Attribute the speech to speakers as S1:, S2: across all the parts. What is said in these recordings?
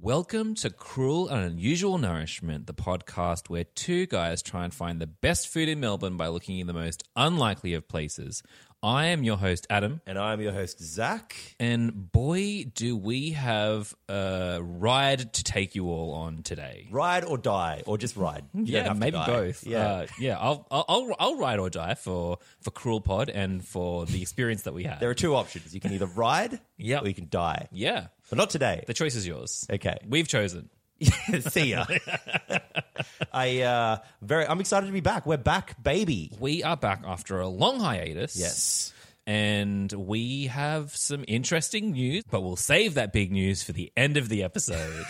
S1: Welcome to Cruel and Unusual Nourishment, the podcast where two guys try and find the best food in Melbourne by looking in the most unlikely of places. I am your host, Adam,
S2: And I'm your host, Zach.
S1: and boy, do we have a ride to take you all on today.
S2: Ride or die, or just ride. You don't
S1: yeah,
S2: have to
S1: maybe
S2: die.
S1: both.
S2: Yeah.
S1: uh, yeah. I'll, I'll I'll I'll ride or die for for Cruel Pod and for the experience that we had.
S2: there are two options. You can either ride
S1: Yep.
S2: or you can die.
S1: yeah,
S2: But not today.
S1: the choice is yours.
S2: Okay.
S1: we've chosen.
S2: See ya. I uh very I'm excited to be back. We're back, baby.
S1: We are back after a long hiatus.
S2: Yes.
S1: And we have some interesting news, but we'll save that big news for the end of the episode.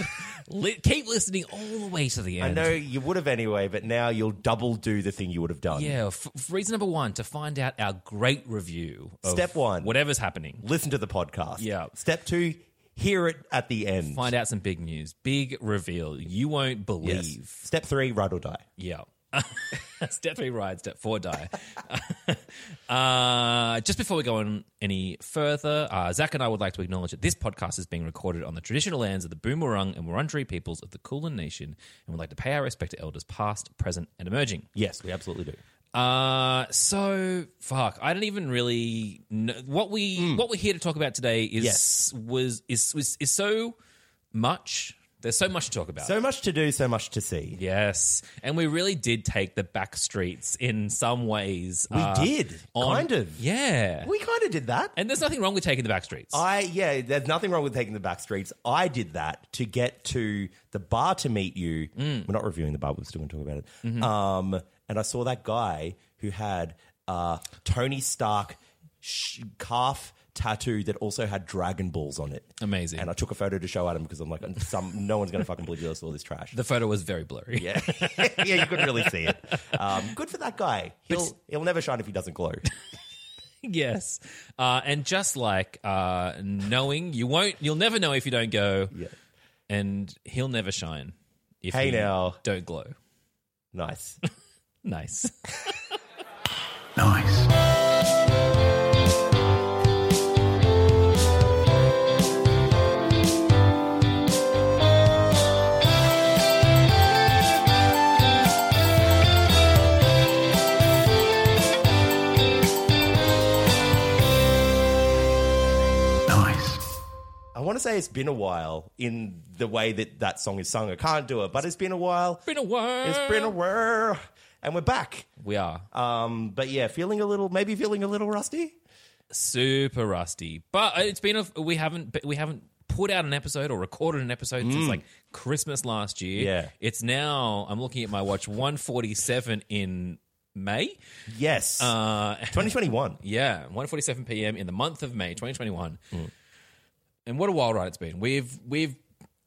S1: Li- keep listening all the way to the
S2: I
S1: end.
S2: know you would have anyway, but now you'll double do the thing you would have done.
S1: Yeah. F- f- reason number one to find out our great review. Of
S2: Step one.
S1: Whatever's happening.
S2: Listen to the podcast.
S1: Yeah.
S2: Step two, hear it at the end.
S1: Find out some big news, big reveal. You won't
S2: Yes.
S1: believe.
S2: Step three, ride or die.
S1: Yeah. step three ride, step four die. uh, just before we go on any further, uh, Zach and I would like to acknowledge that this podcast is being recorded on the traditional lands of the Boomerang and Wurundjeri peoples of the Kulin Nation, and would like to pay our respect to elders past, present, and emerging.
S2: Yes, we absolutely do.
S1: Uh, so fuck, I don't even really know what we what we're here to talk about today is
S2: Hmm. Yes.
S1: was is, is is so much. There's so much to talk about.
S2: So much to do, so much to see.
S1: Yes, and we really did take the back streets in some ways. Uh,
S2: We did. kind of.
S1: yeah.
S2: We kind of did that.
S1: and there's nothing wrong with taking the back streets.
S2: I yeah, there's nothing wrong with taking the back streets. I did that to get to the bar to meet you.
S1: Mm.
S2: We're not reviewing the bar, we're still going to talk about it.
S1: Mm-hmm.
S2: Um, and I saw that guy who had uh, Tony Stark sh- calf tattoo that also had Dragon Balls on it.
S1: Amazing.
S2: And I took a photo to show Adam because I'm like, some no one's going to fucking believe you saw this trash.
S1: the photo was very blurry.
S2: yeah, yeah, you couldn't really see it. Um, good for that guy. He'll he'll never shine if he doesn't glow.
S1: yes, uh, and just like uh, knowing, you won't. You'll never know if you don't go.
S2: Yeah.
S1: And he'll never shine if
S2: Hey,
S1: you
S2: now.
S1: don't glow.
S2: Nice.
S1: Nice.
S3: Nice. Nice.
S2: I want to say it's been a while in the way that that song is sung. I can't do it, but it's been a while.
S1: been a while.
S2: It's been a while, and we're back.
S1: we are
S2: Um, but yeah, feeling a little, maybe feeling a little rusty.
S1: super rusty, but it's been a. We haven't. We haven't put out an episode or recorded an episode since like Christmas last year.
S2: Mm. Yeah.
S1: It's now. I'm looking at my watch. 147 in May.
S2: Yes,
S1: Uh,
S2: 2021.
S1: yeah, 147 p.m. in the month of May 2021.
S2: Mm.
S1: And what a wild ride it's been. We've we've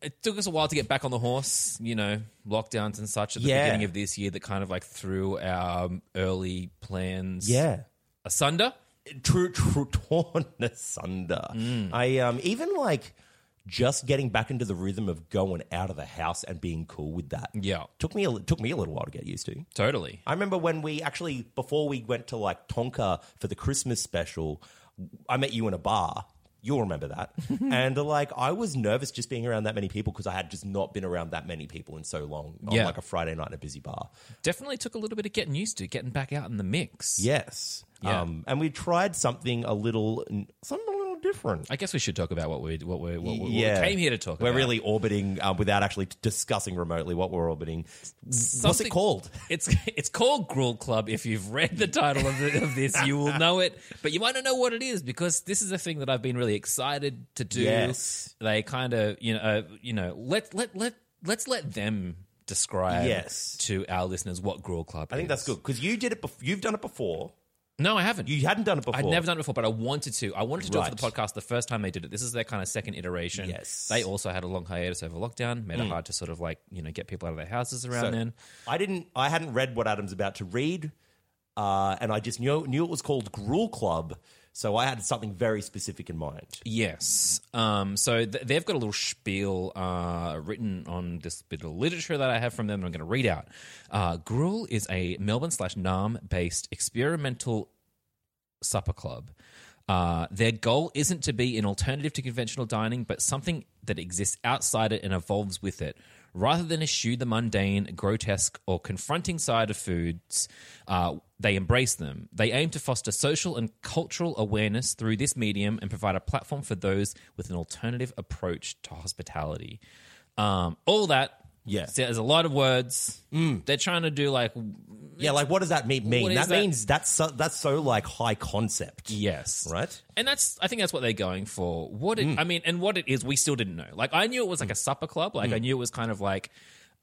S1: it took us a while to get back on the horse, you know, lockdowns and such at the
S2: Yeah.
S1: beginning of this year that kind of like threw our um, early plans
S2: Yeah,
S1: asunder.
S2: true, true, torn asunder. I um, even like just getting back into the rhythm of going out of the house and being cool with that.
S1: Yeah,
S2: took me a, took me a little while to get used to.
S1: totally.
S2: I remember when we actually before we went to like Tonka for the Christmas special, I met you in a bar. You'll remember that. and like I was nervous just being around that many people because I had just not been around that many people in so long on
S1: Yeah.
S2: like a Friday night in a busy bar.
S1: definitely took a little bit of getting used to getting back out in the mix.
S2: Yes.
S1: Yeah.
S2: Um, and we tried something a little something a little different.
S1: I guess we should talk about what we what we what, we- what
S2: Yeah.
S1: we came here to talk
S2: We're
S1: about.
S2: really orbiting um, without actually t- discussing remotely what we're orbiting. What's
S1: Something-
S2: it called?
S1: It's it's called Gruel Club. If you've read the title of, the, of this, you will know it, but you might not know what it is because this is a thing that I've been really excited to do.
S2: Yes.
S1: They kind of you know uh, you know let let let let's let them describe
S2: Yes.
S1: to our listeners what Gruel Club.
S2: I think that's good because you did it. Bef- you've done it before.
S1: No, I haven't.
S2: You hadn't done it before.
S1: I'd never done it before, but I wanted to. I wanted to do it for
S2: Right.
S1: the podcast the first time they did it. This is their kind of second iteration.
S2: Yes. Mm.
S1: They also had a long hiatus over lockdown, made it hard to sort of like, you know, get people out of their houses around
S2: So,
S1: then.
S2: I didn't. I hadn't read what Adam's about to read, uh, and I just knew knew it was called Gruel Club. So I had something very specific in mind.
S1: Yes. Um, so th- they've got a little spiel uh, written on this bit of literature that I have from them, and I'm going to read out. Uh, Gruel is a Melbourne slash Nam based experimental supper club. Uh, their goal isn't to be an alternative to conventional dining, but something that exists outside it and evolves with it. Rather than eschew the mundane, grotesque, or confronting side of foods, uh, they embrace them. They aim to foster social and cultural awareness through this medium and provide a platform for those with an alternative approach to hospitality. Um, all that.
S2: Yeah.
S1: So There's a lot of words. They're trying to do like,
S2: Yeah, like what does that mean? mean?
S1: What is
S2: That,
S1: that?
S2: means that's so, that's so like high concept,
S1: yes.
S2: right?
S1: and that's I think that's what they're going for. What it, I mean, and what it is, we still didn't know. Like I knew it was like a supper club. Like I knew it was kind of like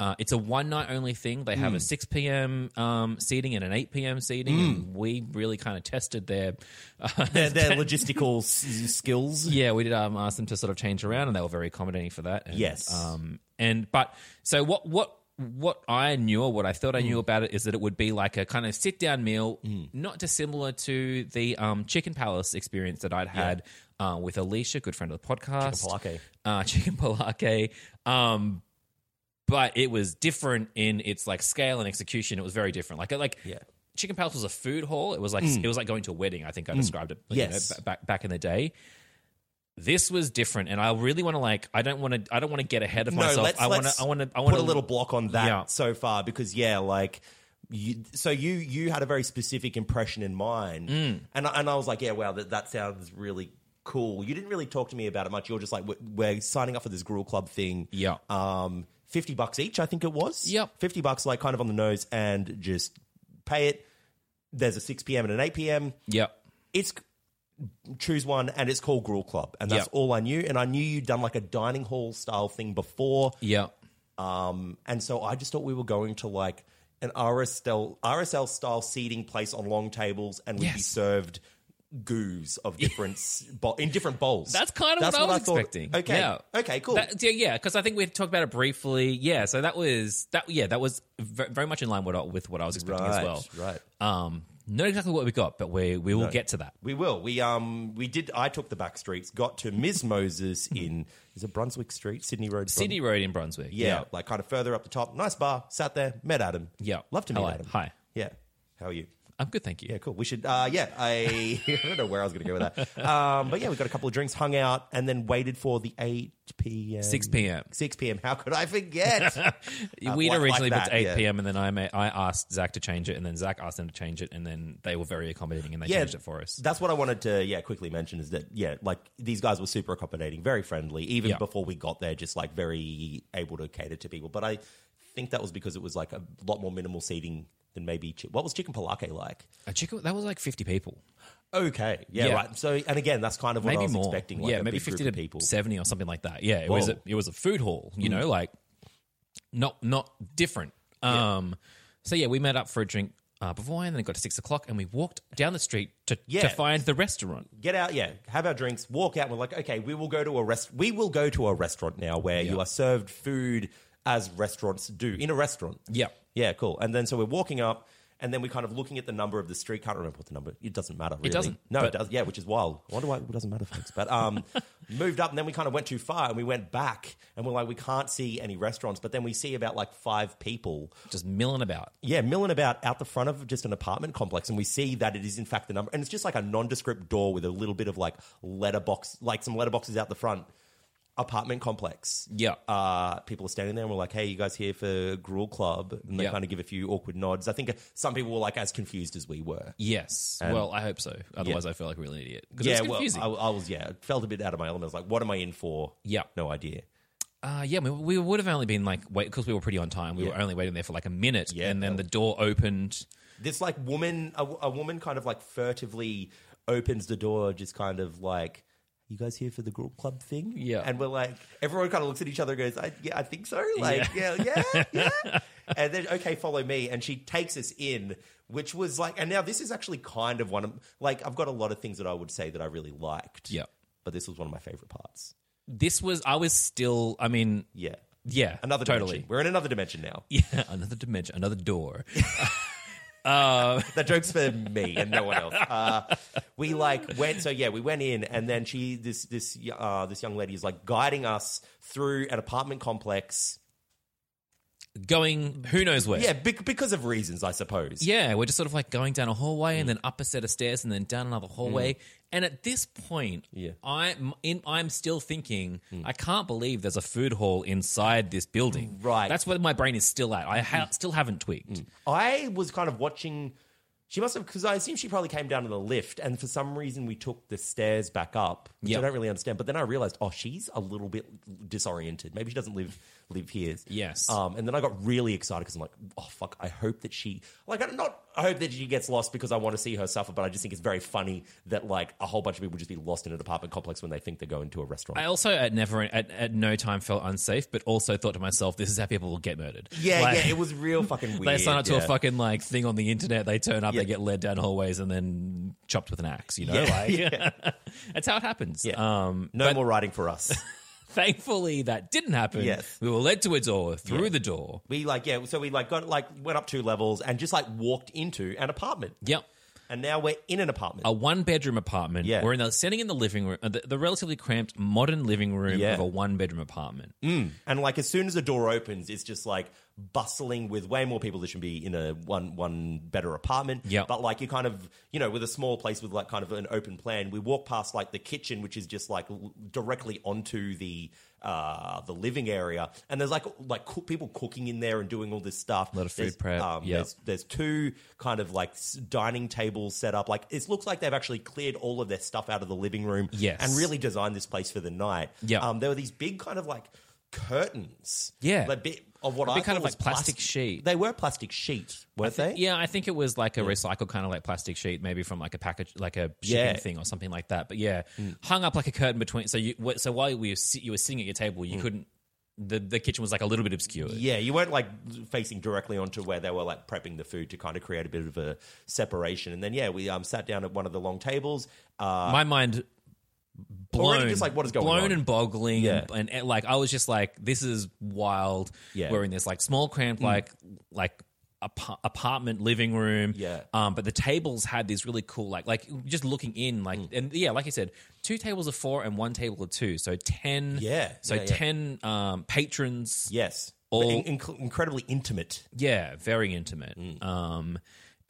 S1: uh, it's a one night only thing. They have a six p.m. Um, seating and an eight p.m. seating, and we really kind of tested their. Uh,
S2: Their, their logistical s- skills.
S1: yeah, we did um, ask them to sort of change around, and they were very accommodating for that. And,
S2: Yes.
S1: um, and but so what what. What I knew, or what I thought I
S2: Mm.
S1: knew about it, is that it would be like a kind of sit down meal, not dissimilar to the um, Chicken Palace experience that I'd had uh, with Alicia, good friend of the podcast.
S2: Chicken
S1: Uh, Chicken Palake. Um, but it was different in its like scale and execution. It was very different. Like like
S2: Yeah. Mm.
S1: Chicken Palace was a food hall. It was like it was like going to a wedding. I think I described it. you know,
S2: Yes.
S1: ba- back back in the day. This was different, and I really want to like. I don't want to. I don't want to get ahead of
S2: No,
S1: myself.
S2: let's,
S1: I want
S2: let's
S1: to. I want to. I want
S2: put
S1: to
S2: a little block on that
S1: Yeah.
S2: so far because yeah, like you, so you you had a very specific impression in mind,
S1: Mm.
S2: and I, and I was like, yeah, wow, that that sounds really cool. You didn't really talk to me about it much. You're just like, we're, we're signing up for this grill club thing.
S1: Yeah.
S2: um, fifty bucks each, I think it was.
S1: Yep.
S2: fifty bucks, like kind of on the nose, and just pay it. There's a six p.m. and an eight p.m
S1: Yep.
S2: it's choose one and it's called Grill Club. And that's
S1: Yeah.
S2: all I knew. And I knew you'd done like a dining hall style thing before.
S1: Yep.
S2: Um, and so I just thought we were going to like an RSL, RSL style seating place on long tables and we'd be
S1: Yes.
S2: served goos of different s- bo- in different bowls.
S1: That's kind of
S2: That's
S1: what, I was
S2: thought.
S1: expecting.
S2: Okay.
S1: Yeah.
S2: Okay, cool.
S1: That- Uh, yeah, yeah, because I think we talked about it briefly. Yeah, so that was that. Yeah, that was ve- very much in line with, with what I was expecting as
S2: Right,
S1: well.
S2: right.
S1: Um, not exactly what we got, but we we will get to that.
S2: we will. We um we did I took the back streets, got to Ms. Moses in is it Brunswick Street, Sydney Road. Brun-
S1: Hmm. Sydney Road in Brunswick.
S2: Yeah, like kind of further up the top. Nice bar. Sat there, met Adam.
S1: Yeah.
S2: love to meet
S1: Hello.
S2: Adam.
S1: Hi.
S2: Yeah, how are you?
S1: I'm good, thank you.
S2: Yeah, cool. We should. Uh, yeah, I, I don't know where I was going to go with that. Um, but yeah, we got a couple of drinks, hung out, and then waited for the eight p.m.
S1: 6 p.m.
S2: six p.m. How could I forget?
S1: We'd
S2: Uh, like-
S1: originally
S2: like
S1: booked
S2: that,
S1: 8
S2: yeah.
S1: p.m. and then I ma- I asked Zach to change it, and then Zach asked them to change it, and then they were very accommodating and they
S2: Yeah.
S1: changed it for us.
S2: That's what I wanted to yeah quickly mention is that yeah like these guys were super accommodating, very friendly, even
S1: Yeah.
S2: before we got there, just like very able to cater to people. But I think that was because it was like a lot more minimal seating than maybe chi- what was chicken palake like.
S1: A chicken that was like 50 people,
S2: Okay. Yeah,
S1: Yeah.
S2: Right. So, and again, that's kind of what
S1: maybe
S2: I was
S1: more.
S2: expecting. Like
S1: yeah,
S2: a
S1: maybe
S2: big
S1: 50
S2: group
S1: to
S2: of people.
S1: 70 or something like that. Yeah, it was
S2: Whoa. Hmm.
S1: a, it was a food hall. You know, like not not different. Um, so yeah, we met up for a drink. Uh, before and then it got to six o'clock, and we walked down the street to,
S2: Yeah.
S1: to find the restaurant.
S2: Get out. Yeah. Have our drinks. Walk out. We're like, okay, we will go to a rest. We will go to a restaurant now where you are served food as restaurants do in a restaurant.
S1: Yeah.
S2: Yeah. Cool. And then so we're walking up. And then we're kind of looking at the number of the street. Can't remember what the number. It doesn't matter. Really.
S1: doesn't,
S2: No, it
S1: but-
S2: does. Yeah, which is wild. I wonder why it doesn't matter, folks. But um, moved up, and then we kind of went too far, and we went back, and we're like, we can't see any restaurants. But then we see about like five people
S1: Just milling about.
S2: yeah, milling about out the front of just an apartment complex, and we see that it is in fact the number, and it's just like a nondescript door with a little bit of like letterbox, like some letterboxes out the front. Apartment complex.
S1: Yeah.
S2: Uh, people are standing there and we're like, hey, you guys here for Gruel Club? And they
S1: Yeah.
S2: kind of give a few awkward nods. I think some people were like as confused as we were.
S1: Yes. well, I hope so. Otherwise, I feel like a real idiot. 'Cause
S2: yeah,
S1: it's confusing.
S2: well, I, I was, yeah, felt a bit out of my element. I was like, what am I in for?
S1: Yeah.
S2: No idea.
S1: Uh, yeah, we, we would have only been like wait because we were pretty on time. We were only waiting there for like a minute,
S2: Yeah,
S1: and then
S2: that
S1: the door opened.
S2: this like woman a, a woman kind of like furtively opens the door just kind of like you guys here for the group club thing
S1: Yeah.
S2: and we're like everyone kind of looks at each other and goes I, yeah i think so like yeah yeah yeah, and then okay follow me and she takes us in which was like and now this is actually kind of one of like i've got a lot of things that i would say that i really liked
S1: Yeah,
S2: but this was one of my favorite parts
S1: this was. I was still. I mean,
S2: yeah
S1: yeah,
S2: another
S1: totally.
S2: dimension. we're in another dimension now
S1: Yeah, another dimension, another door.
S2: that joke's for me and no one else. Uh, we like went so yeah, we went in and then she this this uh, this young lady is like guiding us through an apartment complex.
S1: going who knows where.
S2: Yeah, bec- because of reasons, I suppose. Mm.
S1: Yeah, we're just sort of like going down a hallway and then up a set of stairs and then down another hallway And at this point,
S2: Yeah. Mm.
S1: I'm in, I'm still thinking, I can't believe there's a food hall inside this building.
S2: Right. Mm.
S1: That's where my brain is still at. I ha- still haven't tweaked.
S2: I was kind of watching. She must have, because I assume she probably came down to the lift, and for some reason we took the stairs back up, which
S1: Yep.
S2: I don't really understand. But then I realized, oh, she's a little bit disoriented. Maybe she doesn't live live here.
S1: Yes.
S2: Um, and then I got really excited because I'm like, oh fuck, I hope that she like I not I hope that she gets lost because I want to see her suffer, but I just think it's very funny that like a whole bunch of people just be lost in an apartment complex when they think they're going to a restaurant.
S1: I also at never at, at no time felt unsafe, but also thought to myself, this is how people will get murdered.
S2: yeah,
S1: Like,
S2: yeah, it was real fucking weird.
S1: They sign up to a
S2: yeah.
S1: fucking like thing on the internet. They turn up,
S2: Yeah.
S1: they get led down hallways, and then chopped with an axe. You know,
S2: Yeah,
S1: like that's how it happens.
S2: Yeah.
S1: Um,
S2: No more writing for us.
S1: thankfully, that didn't happen.
S2: Yes.
S1: we were led to a door through the door.
S2: We like yeah, so we like got like went up two levels and just like walked into an apartment,
S1: Yep.
S2: and now we're in an apartment.
S1: a one bedroom apartment.
S2: Yeah.
S1: We're in the, sitting in the living room, uh, the, the relatively cramped modern living room
S2: Yeah. Mm.
S1: of a one bedroom apartment.
S2: And like as soon as the door opens, it's just like bustling with way more people that should be in a one one better apartment.
S1: Yep.
S2: but like you kind of you know with a small place with like kind of an open plan, we walk past like the kitchen, which is just like l- directly onto the. Uh, the living area, and there's like like cook, people cooking in there and doing all this stuff. A
S1: lot of food prep, yep.
S2: there's there's two kind of like s- dining tables set up. Like it looks like they've actually cleared all of their stuff out of the living room.
S1: Yes.
S2: and really designed this place for the night.
S1: Yeah.
S2: um, there were these big kind of like curtains.
S1: Yeah.
S2: like bit of what
S1: They'd
S2: I
S1: be kind
S2: thought
S1: of
S2: was
S1: like plastic sheet.
S2: They were plastic sheets, weren't they?
S1: Yeah, I think it was like a recycled kind of like plastic sheet, maybe from like a package, like a shipping
S2: Yeah. Mm.
S1: thing or something like that. But yeah, hung up like a curtain between. So you, wh- so while we were, sit- you were sitting at your table,
S2: Mm.
S1: you couldn't. The, the kitchen was like a little bit obscured.
S2: Yeah, you weren't like facing directly onto where they were like prepping the food to kind of create a bit of a separation. And then yeah, we um, sat down at one of the long tables. Uh,
S1: My mind blown,
S2: Already just like, what is going
S1: blown
S2: on?
S1: and boggling,
S2: Yeah.
S1: and, and like I was just like, this is wild.
S2: Yeah. Hmm.
S1: We're in this like small cramped like like apa- apartment living room.
S2: Yeah.
S1: Um, but the tables had these really cool like like just looking in
S2: Hmm.
S1: like and yeah, like you said, two tables of four and one table of two, so ten.
S2: Yeah.
S1: So
S2: Yeah, yeah.
S1: ten um patrons.
S2: yes,
S1: All-
S2: But in- inc- incredibly intimate.
S1: Yeah, very intimate.
S2: Hmm.
S1: Um,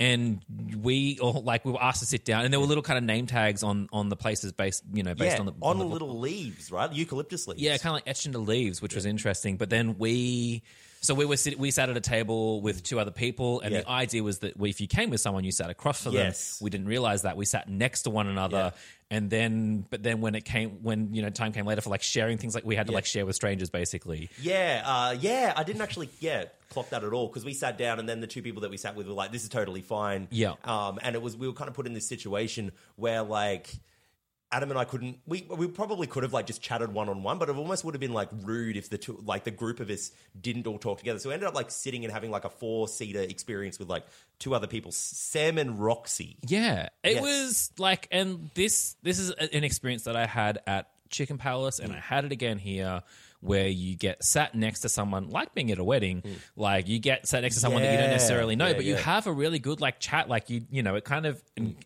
S1: and we all like we were asked to sit down, and there were little kind of name tags on on the places based you know based
S2: yeah,
S1: on the
S2: on,
S1: the-
S2: little leaves, right? Eucalyptus leaves.
S1: Yeah, kind of like etched into leaves, which was interesting. But then we, so we were sit, we sat at a table with two other people, and the
S2: Yeah.
S1: idea was that if you came with someone, you sat across from
S2: Yes.
S1: them. We didn't realize that we sat next to one another, and then but then when it came when you know time came later for like sharing things, like we had to like share with strangers basically.
S2: Yeah, uh, yeah. I didn't actually yeah clock that at all because we sat down and then the two people that we sat with were like, "This is totally fine."
S1: Yeah.
S2: Um, and it was we were kind of put in this situation where like. Adam and I couldn't. We we probably could have like just chatted one on one, but it almost would have been like rude if the two, like the group of us didn't all talk together. So we ended up like sitting and having like a four seater experience with like two other people, Sam and Roxy.
S1: Yeah, it
S2: Yes.
S1: was like, and this this is a- an experience that I had at Chicken Palace,
S2: Mm.
S1: and I had it again here, where you get sat next to someone, like being at a wedding, like you get sat next to someone that you don't
S2: Mm. Yeah.
S1: necessarily know,
S2: Yeah,
S1: but you
S2: yeah. Mm.
S1: have a really good like chat, like you you know, it kind of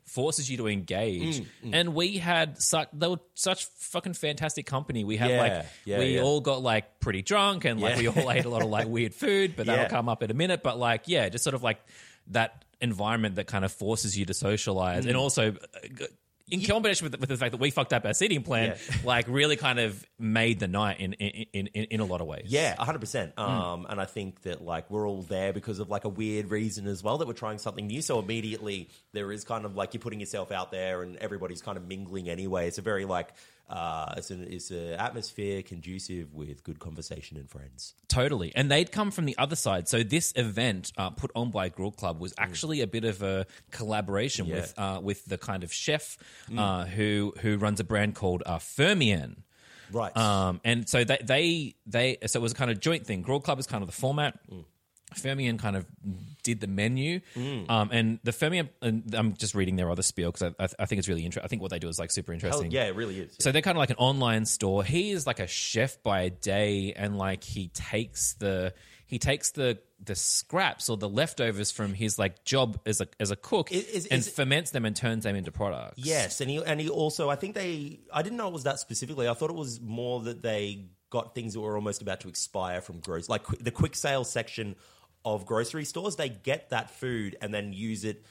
S1: forces you to engage. And we had such they were such fucking fantastic company. We had
S2: Yeah,
S1: like
S2: yeah,
S1: we
S2: yeah.
S1: all got like pretty drunk, and like
S2: Yeah.
S1: we all ate a lot of like weird food, but that'll
S2: Yeah.
S1: come up in a minute. But like, yeah, just sort of like that environment that kind of forces you to socialize,
S2: Mm.
S1: and also uh, g- in combination with, with the fact that we fucked up our seating plan,
S2: Yeah.
S1: like really kind of made the night in in in, in, in a lot of ways.
S2: Yeah, 100%.
S1: Mm.
S2: Um, And I think that, like, we're all there because of, like, a weird reason as well that we're trying something new. So immediately there is kind of, like, you're putting yourself out there and everybody's kind of mingling anyway. It's a very, like, uh, it's an it's a atmosphere conducive with good conversation and friends.
S1: Totally. And they'd come from the other side. So this event uh, put on by Grill Club was actually a bit of a collaboration
S2: Mm. Yeah. Mm.
S1: with uh, with the kind of chef uh, who who runs a brand called uh, Fermian.
S2: Right.
S1: Um, and so they, they they so it was a kind of joint thing. Grill Club is kind of the format. Fermian kind of did the menu,
S2: Mm.
S1: um, and the Fermian. And I'm just reading their other spiel because I, I, I think it's really interesting. I think what they do is like super
S2: oh,
S1: interesting.
S2: yeah, it really is.
S1: So they're kind of like an online store. He is like a chef by day, and like he takes the he takes the the scraps or the leftovers from his like job as a as a cook
S2: Is- is-
S1: and
S2: is-
S1: ferments them and turns them into products.
S2: Yes, and he and he also I think they I didn't know it was that specifically. I thought it was more that they got things that were almost about to expire from groceries, like qu- the quick sale section of grocery stores. They get that food and then use it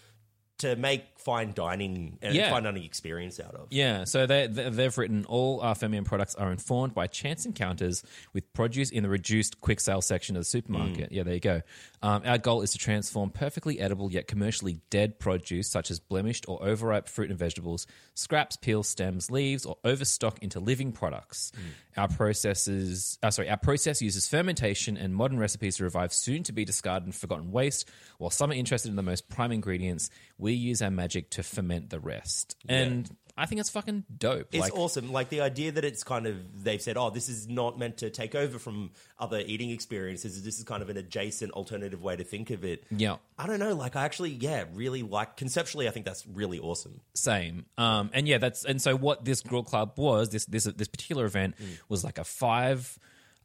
S2: to make fine dining and
S1: Yeah.
S2: fine dining experience out of.
S1: Yeah, so they, they- they've written all our Femium products are informed by chance encounters with produce in the reduced quick sale section of the supermarket. Yeah, there you go. Um, our goal is to transform perfectly edible yet commercially dead produce, such as blemished or overripe fruit and vegetables, scraps, peels, stems, leaves, or overstock into living products. Our processes, uh, sorry, our process uses fermentation and modern recipes to revive soon to be discarded and forgotten waste. While some are interested in the most prime ingredients, we use our magic to ferment the rest. And I think it's fucking dope.
S2: It's
S1: like,
S2: awesome. Like the idea that it's kind of they've said, oh, this is not meant to take over from other eating experiences. This is kind of an adjacent alternative way to think of it.
S1: yeah,
S2: I don't know. Like I actually, yeah, really like conceptually. I think that's really awesome.
S1: same. Um, and yeah, that's and so what this grill club was this this this particular event
S2: Mm.
S1: was like a five.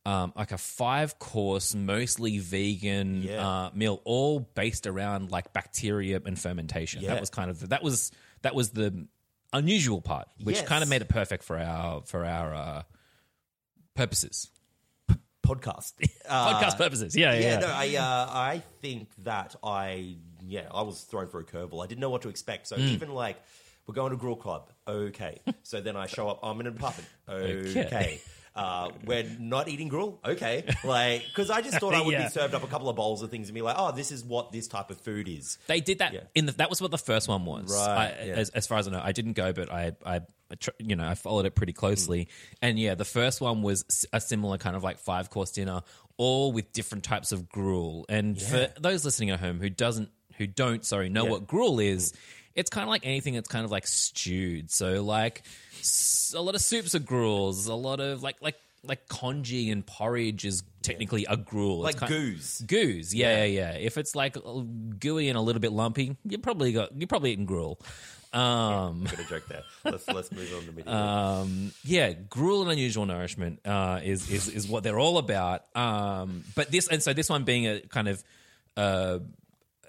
S1: Um, like a five course, mostly vegan
S2: Yeah.
S1: uh, meal, all based around like bacteria and fermentation.
S2: Yeah.
S1: That was kind of the, that was that was the unusual part, which
S2: Yes.
S1: kind of made it perfect for our for our uh, purposes,
S2: Podcast. Uh,
S1: podcast purposes. Yeah, yeah.
S2: Yeah,
S1: yeah.
S2: no, I uh, I think that I yeah I was thrown for a curveball. I didn't know what to expect. So even like we're going to grill club, okay. so then I show up. I'm in a puppet, okay.
S1: Okay.
S2: Uh, we're not eating grill, okay? Like because I just thought I would
S1: Yeah.
S2: be served up a couple of bowls of things and be like, oh, this is what this type of food is.
S1: They did that
S2: Yeah.
S1: in the. That was what the first one was.
S2: Right,
S1: I,
S2: yeah.
S1: as, as far as I know, I didn't go, but I, I, tr- you know, I followed it pretty
S2: Mm.
S1: closely. And yeah, the first one was s- a similar kind of like five course dinner, all with different types of gruel. And for those listening at home who doesn't, who don't, sorry, know what gruel
S2: Mm.
S1: is, it's kind of like anything that's kind of like stewed. So like s- a lot of soups are gruels. A lot of like like like congee and porridge is technically a gruel. It's
S2: Like
S1: kind-
S2: goose.
S1: Goos, yeah, yeah, yeah. If it's like uh, gooey and a little bit lumpy, you probably got you are probably eating gruel. Um,
S2: Got a joke there. Let's let's move on to media.
S1: um, yeah, gruel and unusual nourishment uh, is is is what they're all about. Um, but this and so this one being a kind of uh,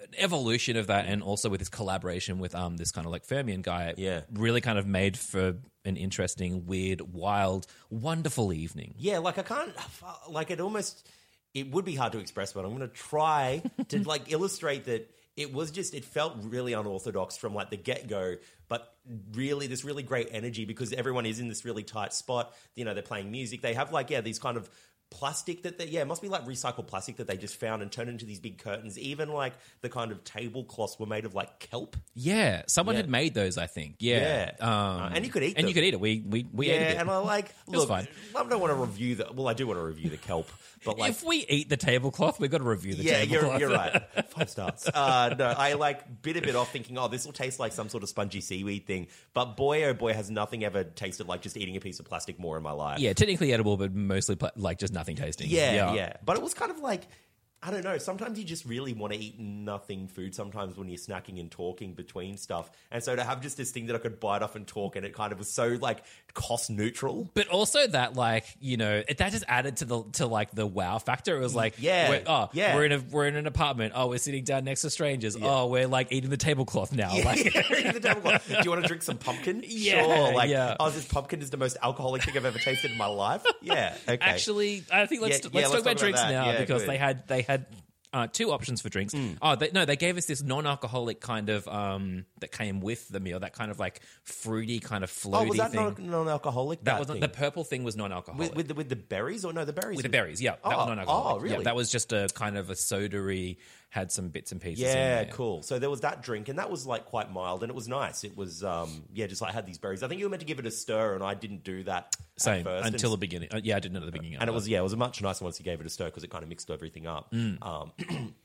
S1: an evolution of that, and also with this collaboration with um this kind of like Fermian guy,
S2: Yeah.
S1: really kind of made for an interesting, weird, wild, wonderful evening.
S2: Yeah, like I can't. Like it almost. It would be hard to express, but I'm going to try to like illustrate that it was just. It felt really unorthodox from like the get go, but really this really great energy because everyone is in this really tight spot. You know, they're playing music. They have like yeah these kind of plastic that they yeah it must be like recycled plastic that they just found and turned into these big curtains. Even like the kind of tablecloths were made of like kelp.
S1: Yeah, someone
S2: Yeah.
S1: had made those, I think. Yeah,
S2: Yeah.
S1: Um,
S2: Uh, and you could eat
S1: and you
S2: them.
S1: could eat it. We we we ate it.
S2: Yeah, and I like look.
S1: fine.
S2: I don't want to review the. Well, I do want to review the kelp, but like
S1: if we eat the tablecloth, we've got to review the
S2: yeah,
S1: tablecloth.
S2: you're, you're right. Five stars. Uh, no, I like bit a bit off thinking, oh, this will taste like some sort of spongy seaweed thing. But boy, oh boy, has nothing ever tasted like just eating a piece of plastic more in my life.
S1: yeah, technically edible, but mostly pla- like just nothing tasting.
S2: yeah, yeah. But it was kind of like. I don't know. Sometimes you just really want to eat nothing food. Sometimes when you're snacking and talking between stuff, and so to have just this thing that I could bite off and talk, and it kind of was so like cost neutral.
S1: But also that, like you know, it, that just added to the to like the wow factor. It was like,
S2: Yeah,
S1: we're, oh,
S2: yeah.
S1: we're in a we're in an apartment. Oh, we're sitting down next to strangers. Oh, we're like eating the tablecloth now. Like,
S2: The devil was, Do you want to drink some pumpkin?
S1: Yeah,
S2: sure. Like,
S1: yeah.
S2: oh, this pumpkin is the most alcoholic thing I've ever tasted in my life. Yeah, okay.
S1: Actually, I think let's
S2: Yeah,
S1: let's
S2: yeah,
S1: talk about
S2: let's talk about
S1: drinks
S2: that.
S1: now
S2: Yeah,
S1: because
S2: good. Mm.
S1: they had they had uh, two options for drinks. Oh, they, no, they gave us this non-alcoholic kind of um, that came with the meal. That kind of like fruity kind of floaty
S2: Oh, was that
S1: thing.
S2: non- non-alcoholic?
S1: that was not
S2: thing?
S1: the purple thing was non-alcoholic.
S2: with, with the with the berries or no the berries
S1: with the berries, yeah, that was
S2: Oh,
S1: non-alcoholic.
S2: oh,
S1: Yeah,
S2: really?
S1: that was just a kind of a sodery, had some bits and pieces. in
S2: Yeah,
S1: there.
S2: cool. So there was that drink, and that was like quite mild, and it was nice. It was um yeah, just like had these berries. I think you were meant to give it a stir, and I didn't do that at
S1: Same
S2: first,
S1: until the
S2: and,
S1: beginning. Uh, yeah, I didn't know the beginning.
S2: and it was yeah, it was much nicer once you gave it a stir because it kind of mixed everything up.
S1: Mm.
S2: Um,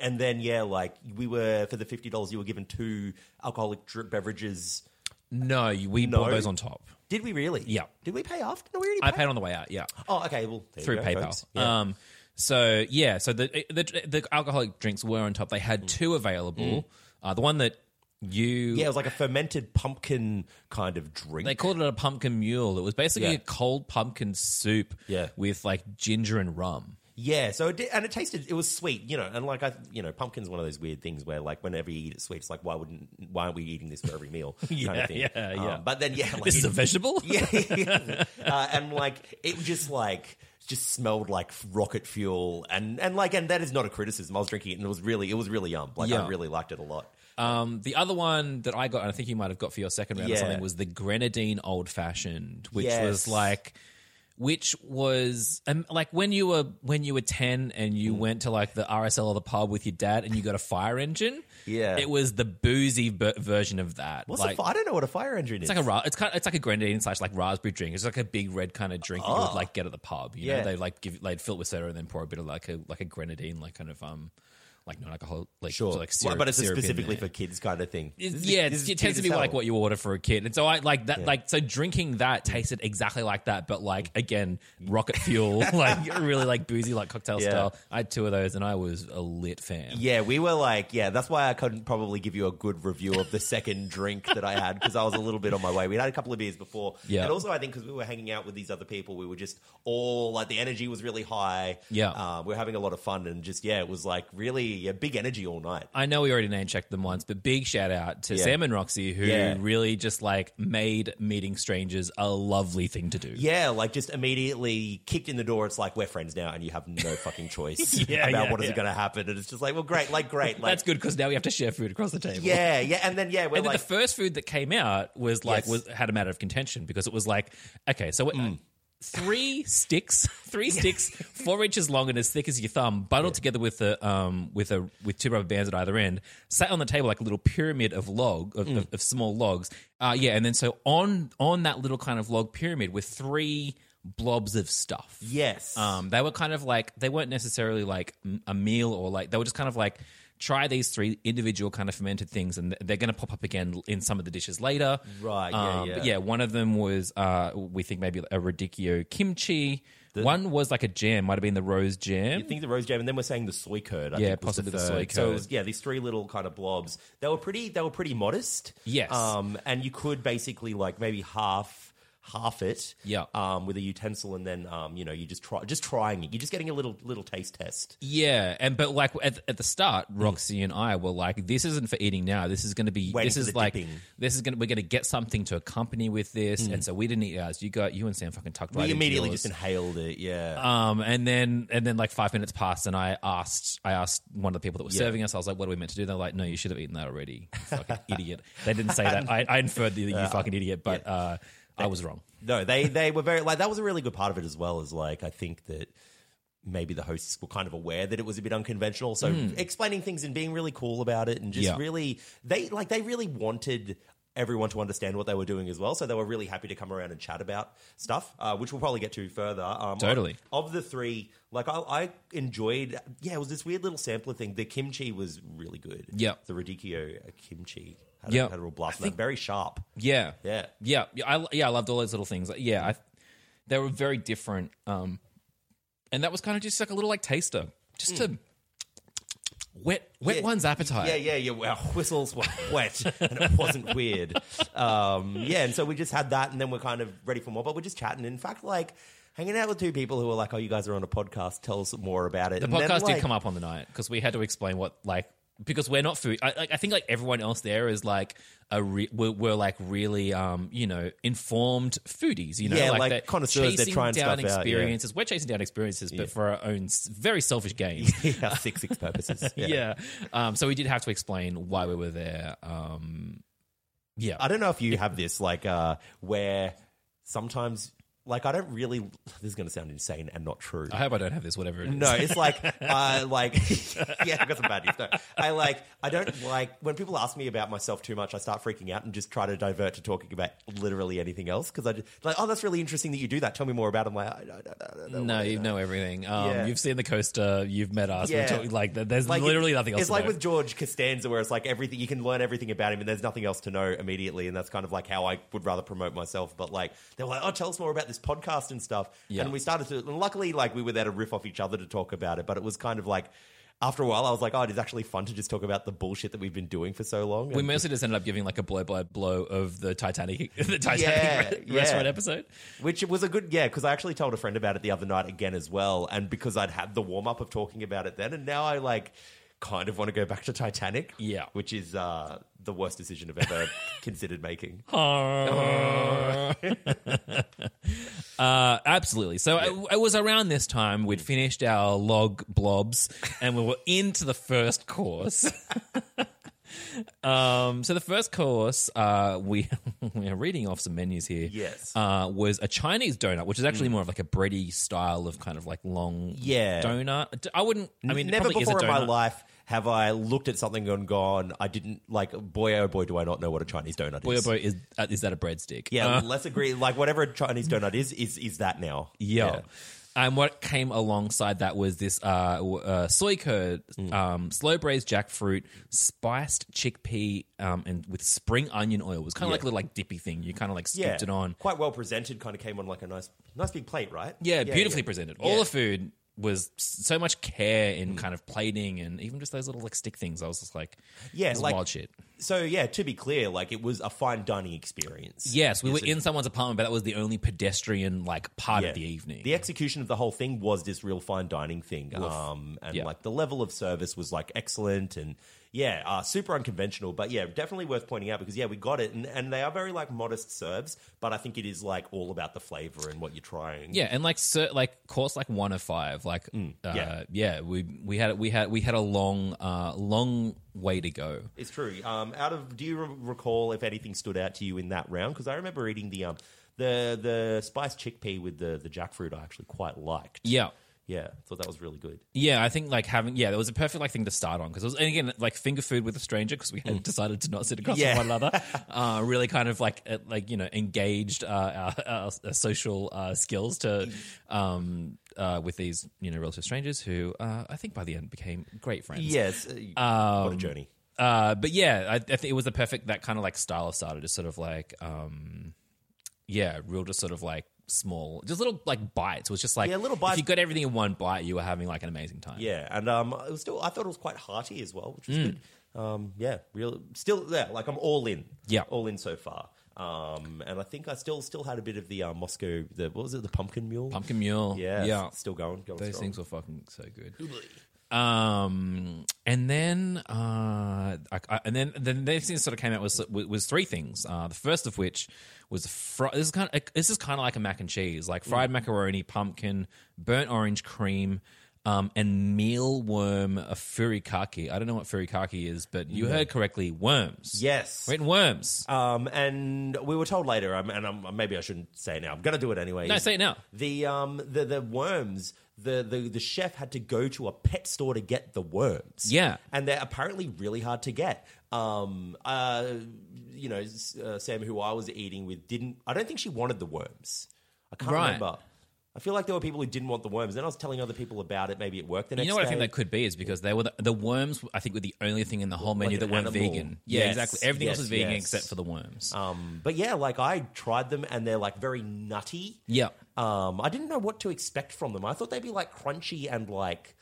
S2: and then yeah, like we were for the fifty dollars, you were given two alcoholic drip beverages.
S1: no, you- we
S2: No.
S1: bought those on top.
S2: Did we really?
S1: Yeah.
S2: Did we pay after? No, we already
S1: I
S2: paid.
S1: paid on the way out. Yeah.
S2: oh, okay. Well, there you
S1: through
S2: go,
S1: PayPal.
S2: folks. Yeah.
S1: Um, so yeah, so the, the the alcoholic drinks were on top. They
S2: Mm.
S1: had two available. Uh, the one that you
S2: yeah, it was like a fermented pumpkin kind of drink.
S1: they called it a pumpkin mule. It was basically
S2: Yeah.
S1: a cold pumpkin soup
S2: Yeah.
S1: with like ginger and rum.
S2: Yeah, so it did, and it tasted it was sweet, you know, and like I, you know, pumpkin's one of those weird things where like whenever you eat it sweet, it's like why wouldn't why aren't we eating this for every meal? kind
S1: Yeah,
S2: of thing.
S1: yeah,
S2: Um,
S1: yeah.
S2: But then yeah, like
S1: This is
S2: it-
S1: a vegetable.
S2: yeah, yeah. Uh, and like it just like just smelled like rocket fuel, and and like and that is not a criticism. I was drinking it and it was really it was really yum. Like
S1: Yeah.
S2: I really liked it a lot.
S1: Um, the other one that I got, and I think you might have got for your second round or
S2: Yeah.
S1: something, was the grenadine old fashioned, which was
S2: Yes.
S1: like, which was um, like when you were when you were ten and
S2: Mm.
S1: you went to like the RSL or the pub with your dad and you got a fire engine.
S2: Yeah.
S1: it was the boozy b- version of that.
S2: What's
S1: like,
S2: a, fi- I don't know what a fire engine is.
S1: it's like a ra- it's kind of, it's like a grenadine slash like raspberry drink. It's like a big red kind of drink that you would
S2: Oh.
S1: like get at the pub. You know,
S2: Yeah.
S1: they like give they'd fill it with soda and then pour a bit of like a like a grenadine like kind of um like non alcohol like
S2: sure,
S1: so, like syrup,
S2: but it's a
S1: syrup in
S2: specifically
S1: there.
S2: for kids kind of thing.
S1: It-
S2: This is-
S1: yeah,
S2: this
S1: it's,
S2: is
S1: it tends to
S2: cute
S1: be
S2: as
S1: like
S2: hell.
S1: what you order for a kid, and so I like that. Like so, drinking that tasted exactly like that, but like
S2: Mm.
S1: again, rocket fuel, like really like boozy, like cocktail
S2: Yeah.
S1: style. I had two of those, and I was a lit fan.
S2: Yeah, we were like, yeah, that's why I couldn't probably give you a good review of the second drink that I had because I was a little bit on my way. We'd had a couple of beers before.
S1: Yeah.
S2: And also, I think because we were hanging out with these other people, we were just all like, the energy was really high.
S1: Yeah.
S2: Uh, we were having a lot of fun and just, yeah, it was like really a big energy all night.
S1: I know we already name checked them once, but big shout out to
S2: Yeah.
S1: Sam and Roxy who
S2: Yeah.
S1: really just like made meeting strangers a lovely thing to do.
S2: Yeah, like just immediately kicked in the door. It's like, we're friends now and you have no fucking choice
S1: Yeah,
S2: about
S1: yeah,
S2: what is
S1: yeah.
S2: going to happen. And it's just like, well, great, like, great. Like,
S1: That's good because now we have to share food across the table.
S2: Yeah, yeah. And then, yeah, we're
S1: And then
S2: like,
S1: the first food that came out was like
S2: Yes.
S1: was
S2: Mm.
S1: had a matter of contention because it was like okay, so what- three sticks, three sticks, four inches long and as thick as your thumb, bundled together with a um with a with two rubber bands at either end, sat on the table like a little pyramid of log
S2: Mm.
S1: of, of, of small logs. Uh, yeah, and then so on on that little kind of log pyramid were three blobs of stuff.
S2: yes.
S1: Um, they were kind of like they weren't necessarily like m- a meal or like they were just kind of like try these three individual kind of fermented things and th- they're going to pop up again in some of the dishes later.
S2: Right, yeah,
S1: Um, But
S2: yeah.
S1: yeah. One of them was uh, we think maybe a radicchio kimchi. one was like a jam, might have been the rose jam.
S2: I think the rose jam, and then we're saying the soy curd. I
S1: Yeah,
S2: think was
S1: possibly the soy
S2: third. So it
S1: curd.
S2: was, yeah, these three little kind of blobs. They were pretty. They were pretty modest.
S1: Yes.
S2: Um, and you could basically like maybe half half it.
S1: Yeah.
S2: Um, with a utensil, and then um, you know, you just try just trying it. You're just getting a little little taste test.
S1: yeah, and but like at, at the start,
S2: Mm.
S1: Roxy and I were like, "This isn't for eating now. This is going to be.
S2: Waiting
S1: this
S2: for
S1: is
S2: the
S1: like.
S2: dipping. Mm.
S1: This is going. to We're going to get something to accompany with this." And so we didn't eat ours. You got you and Sam fucking tucked right.
S2: We
S1: into
S2: immediately
S1: yours.
S2: just inhaled it. Yeah.
S1: Um, and then and then like five minutes passed, and I asked I asked one of the people that was serving us. I was like, "What are we meant to do?" They're like, "No, you should have eaten that already, you fucking idiot." They didn't say that. I, I inferred that you fucking idiot, but uh, I was wrong.
S2: no, they they were very like that was a really good part of it as well. Is like I think that. Maybe the hosts were kind of aware that it was a bit unconventional, so explaining things and being really cool about it, and just
S1: Hmm. Yeah.
S2: really they like they really wanted everyone to understand what they were doing as well. So they were really happy to come around and chat about stuff, uh, which we'll probably get to further. Um,
S1: Totally.
S2: Of, of the three, like I, I enjoyed, yeah, it was this weird little sampler thing. The kimchi was really good.
S1: Yeah.
S2: the radicchio uh, kimchi had,
S1: Yeah.
S2: a, had a real blast. of that. very sharp.
S1: Yeah,
S2: Yeah.
S1: yeah, yeah. I yeah, I loved all those little things. Like, Yeah, I, they were very different. Um, and that was kind of just like a little like taster, just to wet wet
S2: Hmm. Yeah.
S1: one's appetite.
S2: Yeah, yeah, yeah. Our whistles were wet, and it wasn't weird. Um, yeah, and so we just had that, and then we're kind of ready for more. But we're just chatting. In fact, like hanging out with two people who were like, "Oh, you guys are on a podcast. Tell us more about it."
S1: The podcast did come up on the night because we had to explain what like because we're not food. I, like, I think like everyone else there is like a re- we're, we're like really um you know informed foodies. You know,
S2: Yeah, like
S1: they're
S2: connoisseurs, they're
S1: chasing
S2: trying
S1: down
S2: stuff out, yeah.
S1: experiences. We're chasing down experiences, but for our own s- very selfish gains.
S2: Yeah, six six purposes.
S1: Yeah. Um. So we did have to explain why we were there. Um. Yeah.
S2: I don't know if you have this, like, uh, where sometimes, like, I don't really. This is going to sound insane and not true.
S1: I hope I don't have this. Whatever. It is.
S2: No, it's like I like yeah, I got some bad news. No, I like I don't like when people ask me about myself too much. I start freaking out and just try to divert to talking about literally anything else because I just, like oh that's really interesting that you do that. Tell me more about. It. I'm like I don't, I don't, I don't
S1: No,
S2: wanna
S1: you
S2: know."
S1: know everything. Um,
S2: Yeah.
S1: You've seen the coaster. You've met us.
S2: Yeah.
S1: We've talked, like, there's
S2: Like,
S1: literally
S2: it-
S1: nothing else.
S2: It's
S1: to
S2: like
S1: know.
S2: with George Costanza, where it's like everything you can learn everything about him, and there's nothing else to know immediately. And that's kind of like how I would rather promote myself. But like they were like, "Oh, tell us more about this podcast and stuff."
S1: Yeah.
S2: And we started to. And luckily, like we were there to riff off each other to talk about it. But it was kind of like after a while, I was like, oh, it is actually fun to just talk about the bullshit that we've been doing for so long.
S1: We
S2: And-
S1: mostly just ended up giving like a blow by blow of the Titanic, the Titanic
S2: Yeah,
S1: re-
S2: yeah.
S1: restaurant episode.
S2: Which was a good, yeah, because I actually told a friend about it the other night again as well. And because I'd had the warm up of talking about it then, and now I like kind of want to go back to Titanic.
S1: Yeah.
S2: Which is uh, the worst decision I've ever considered making.
S1: Uh, absolutely. So it, it was around this time we'd finished our log blobs and we were into the first course. um, so the first course, uh, we we are reading off some menus here.
S2: Yes.
S1: uh, was a Chinese donut, which is actually more of like a bready style of kind of like long
S2: Yeah.
S1: donut. I wouldn't. I mean, it
S2: never
S1: probably
S2: before
S1: is a
S2: in my
S1: donut.
S2: life have I looked at something and gone, I didn't like, boy, oh boy, do I not know what a Chinese donut
S1: Boy, Uh. oh
S2: is.
S1: boy, is uh, is that a breadstick? Um,
S2: Yeah, let's agree. Like, whatever a Chinese donut is, is is that now.
S1: Yo. And what came alongside that was this uh, w- uh, soy curd,
S2: Mm.
S1: um, slow braised jackfruit, spiced chickpea, um, and with spring onion oil. It was kind of like a little like dippy thing. You kind of like scooped
S2: Yeah.
S1: it on.
S2: Quite well presented, kind of came on like a nice, nice big plate, right?
S1: Yeah, beautifully
S2: yeah.
S1: presented.
S2: Yeah. Mm.
S1: All the food was s- so much care in kind of plating and even just those little like stick things. I was just like,
S2: Yeah,
S1: it was
S2: like-
S1: wild shit.
S2: So yeah, to be clear, like it was a fine dining experience.
S1: Yes, we
S2: Yes,
S1: were
S2: it-
S1: in someone's apartment, but that was the only pedestrian like part
S2: Yeah.
S1: of the evening.
S2: The execution of the whole thing was this real fine dining thing, um, and
S1: Yeah.
S2: like the level of service was like excellent and yeah, uh, super unconventional, but yeah, definitely worth pointing out because yeah, we got it, and, and they are very like modest serves, but I think it is like all about the flavor and what you're trying.
S1: Yeah, and like cer like course like one of five, like uh, yeah.
S2: yeah.
S1: we we had we had we had a long uh long way to go.
S2: It's true. Um, out of do you re- recall if anything stood out to you in that round? Because I remember eating the um the the spiced chickpea with the the jackfruit. I actually quite liked.
S1: Yeah.
S2: yeah, thought that was really good.
S1: Yeah, I think like having yeah, that was a perfect like thing to start on because it was and again like finger food with a stranger because we had decided to not sit across
S2: Yeah.
S1: from one another. Uh, really kind of like uh, like you know engaged uh, our, our, our social uh, skills to um uh, with these you know relative strangers who uh, I think by the end became great friends.
S2: Yes, uh,
S1: Um,
S2: what a journey.
S1: Uh, but yeah, I, I think it was the perfect that kind of like style of starter, just sort of like, um, yeah, real, just sort of like small, just little like bites. It was just like
S2: Yeah, little
S1: If
S2: bites.
S1: you got everything in one bite, you were having like an amazing time.
S2: Yeah, and um, it was still I thought it was quite hearty as well, which
S1: Hmm.
S2: was good. Um, yeah, real still yeah, like I'm all in.
S1: Yeah.
S2: all in so far. Um, and I think I still still had a bit of the uh, Moscow. The what was it? The pumpkin mule.
S1: pumpkin mule.
S2: Yeah,
S1: yeah,
S2: still going. going
S1: those
S2: strong.
S1: things were fucking so good. Um, and then, uh, I, I, and then, then the next thing that sort of came out was was three things. Uh, the first of which was fr- this is kind of this is kind of like a mac and cheese, like fried
S2: Mm.
S1: macaroni, pumpkin, burnt orange cream. Um, and mealworm uh, furikake. I don't know what furikake is, but you heard correctly, worms.
S2: Yes.
S1: Written worms.
S2: Um, and we were told later, um, and um, maybe I shouldn't say it now. I'm going to do it anyway.
S1: No, say it now.
S2: The um, the the worms. The, the the chef had to go to a pet store to get the worms.
S1: Yeah.
S2: and they're apparently really hard to get. Um, uh, you know, s- uh, Sam, who I was eating with, didn't. I don't think she wanted the worms. I can't
S1: Right.
S2: remember. I feel like there were people who didn't want the worms. Then I was telling other people about it, maybe at work the next.
S1: You know what I
S2: day.
S1: think that could be is because they were the, the worms. I think were the only thing in the whole menu
S2: an
S1: that weren't
S2: animal.
S1: vegan. Yeah,
S2: Yes,
S1: exactly. Everything
S2: yes,
S1: else is vegan
S2: yes.
S1: except for the worms.
S2: Um, but yeah, like I tried them and they're like very nutty.
S1: Yeah.
S2: Um, I didn't know what to expect from them. I thought they'd be like crunchy and like.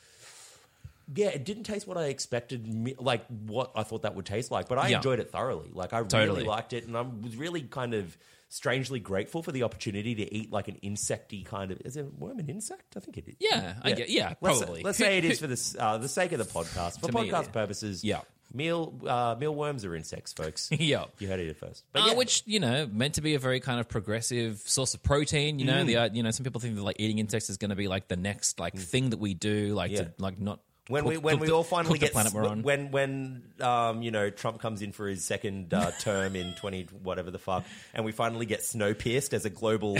S2: Yeah, it didn't taste what I expected, me- like what I thought that would taste like, but I
S1: Yeah.
S2: enjoyed it thoroughly. Like, I
S1: Totally.
S2: really liked it, and I was really kind of strangely grateful for the opportunity to eat like an insecty kind of. Is it a worm an insect? I think it is.
S1: Yeah, I get- yeah,
S2: Let's-
S1: probably.
S2: Let's say it is for the, uh, the sake of the podcast. For
S1: To me,
S2: podcast
S1: yeah.
S2: purposes,
S1: Yeah.
S2: Meal, uh, mealworms are insects, folks.
S1: Yeah.
S2: You heard it first.
S1: Uh,
S2: yeah.
S1: Which you know, meant to be a very kind of progressive source of protein. You
S2: Mm.
S1: know, the uh, you know some people think that like eating insects is going to be like the next like thing that we do, like
S2: Yeah.
S1: to like not
S2: when
S1: cook-
S2: we when
S1: cook
S2: we
S1: the-
S2: all
S1: cook
S2: finally
S1: the
S2: get
S1: planet we're on.
S2: when when um you know Trump comes in for his second uh, term in twenty whatever the fuck, and we finally get snow pierced as a global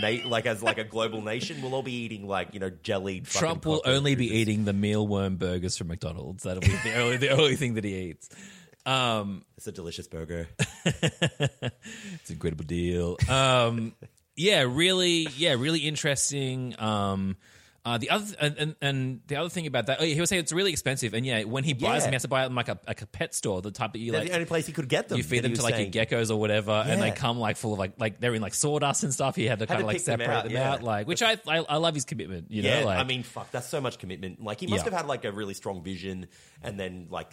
S2: na- like as like a global nation, we'll all be eating like you know jellied. fucking
S1: Trump will
S2: cockroaches.
S1: only be eating the mealworm burgers from McDonald's. That'll be the only the only thing that he eats.
S2: It's a delicious burger.
S1: It's an incredible deal. Um, yeah, really, yeah, really interesting. Um, Uh, the other and, and, and the other thing about that, oh yeah, he was saying it's really expensive, and yeah, when he buys
S2: Yeah.
S1: them, he has to buy them like a, like a pet store, the type that you
S2: They're
S1: like
S2: the only place he could get them.
S1: you feed
S2: that
S1: them
S2: he
S1: to
S2: was
S1: like
S2: saying.
S1: your geckos or whatever, and they
S2: Yeah.
S1: come like full of like like they're in like sawdust and stuff. He had to kind
S2: to
S1: of like
S2: pick them
S1: separate
S2: out,
S1: them
S2: yeah.
S1: out, like which I, I I love his commitment. You
S2: Yeah,
S1: know, like
S2: I mean, fuck, that's so much commitment. Like he must
S1: Yeah.
S2: have had like a really strong vision, and then like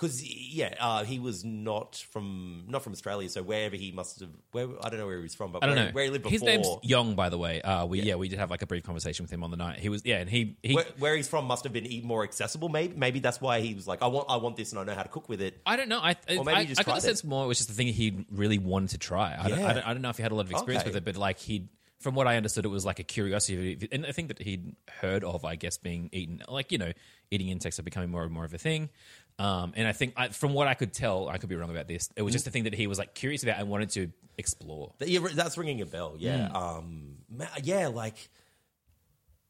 S2: because yeah, uh, he was not from not from Australia, so wherever he must have, where I don't know where he was from, but
S1: I don't
S2: where,
S1: know
S2: where he lived before,
S1: His name's Young, by the way. Uh, we yeah. we did have like a brief conversation with him on the night. He was yeah, and he he.
S2: where, where he's from must have been e- more accessible. Maybe maybe that's why he was like, I want I want this, and I know how to cook with it.
S1: I don't know. I I,
S2: Or maybe
S1: I,
S2: he just
S1: I got a
S2: tried it.
S1: sense more. It was just the thing he really wanted to try. I, don't, I
S2: Yeah.
S1: don't I don't know if he had a lot of experience
S2: Okay.
S1: with it, but like he. From what I understood, it was like a curiosity, and I think that he'd heard of, I guess, being eaten. Like you know, eating insects are becoming more and more of a thing. Um, and I think, I, from what I could tell, I could be wrong about this. It was just a thing that he was like curious about and wanted to explore.
S2: That- yeah, that's ringing a bell. Yeah,
S1: Mm.
S2: um, ma- yeah, like.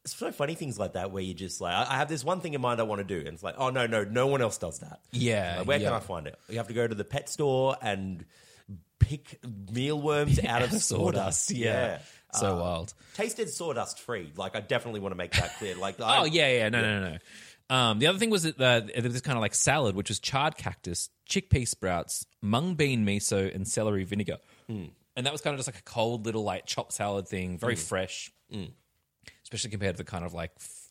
S2: It's so funny things like that where you just like, I I have this one thing in mind I want to do. And it's like, oh, no, no, no one else does that.
S1: Yeah,
S2: Like, where
S1: yeah.
S2: can I find it? You have to go to the pet store and pick mealworms out of sawdust.
S1: yeah, so
S2: Uh,
S1: wild.
S2: tasted sawdust free. Like, I definitely want to make that clear. Like,
S1: Oh yeah, yeah, no, no, no, no. Um, the other thing was that uh, there was this kind of like salad, which was charred cactus, chickpea sprouts, mung bean miso, and celery vinegar,
S2: Hmm.
S1: and that was kind of just like a cold little like chopped salad thing, very fresh,
S2: Hmm.
S1: especially compared to the kind of like f-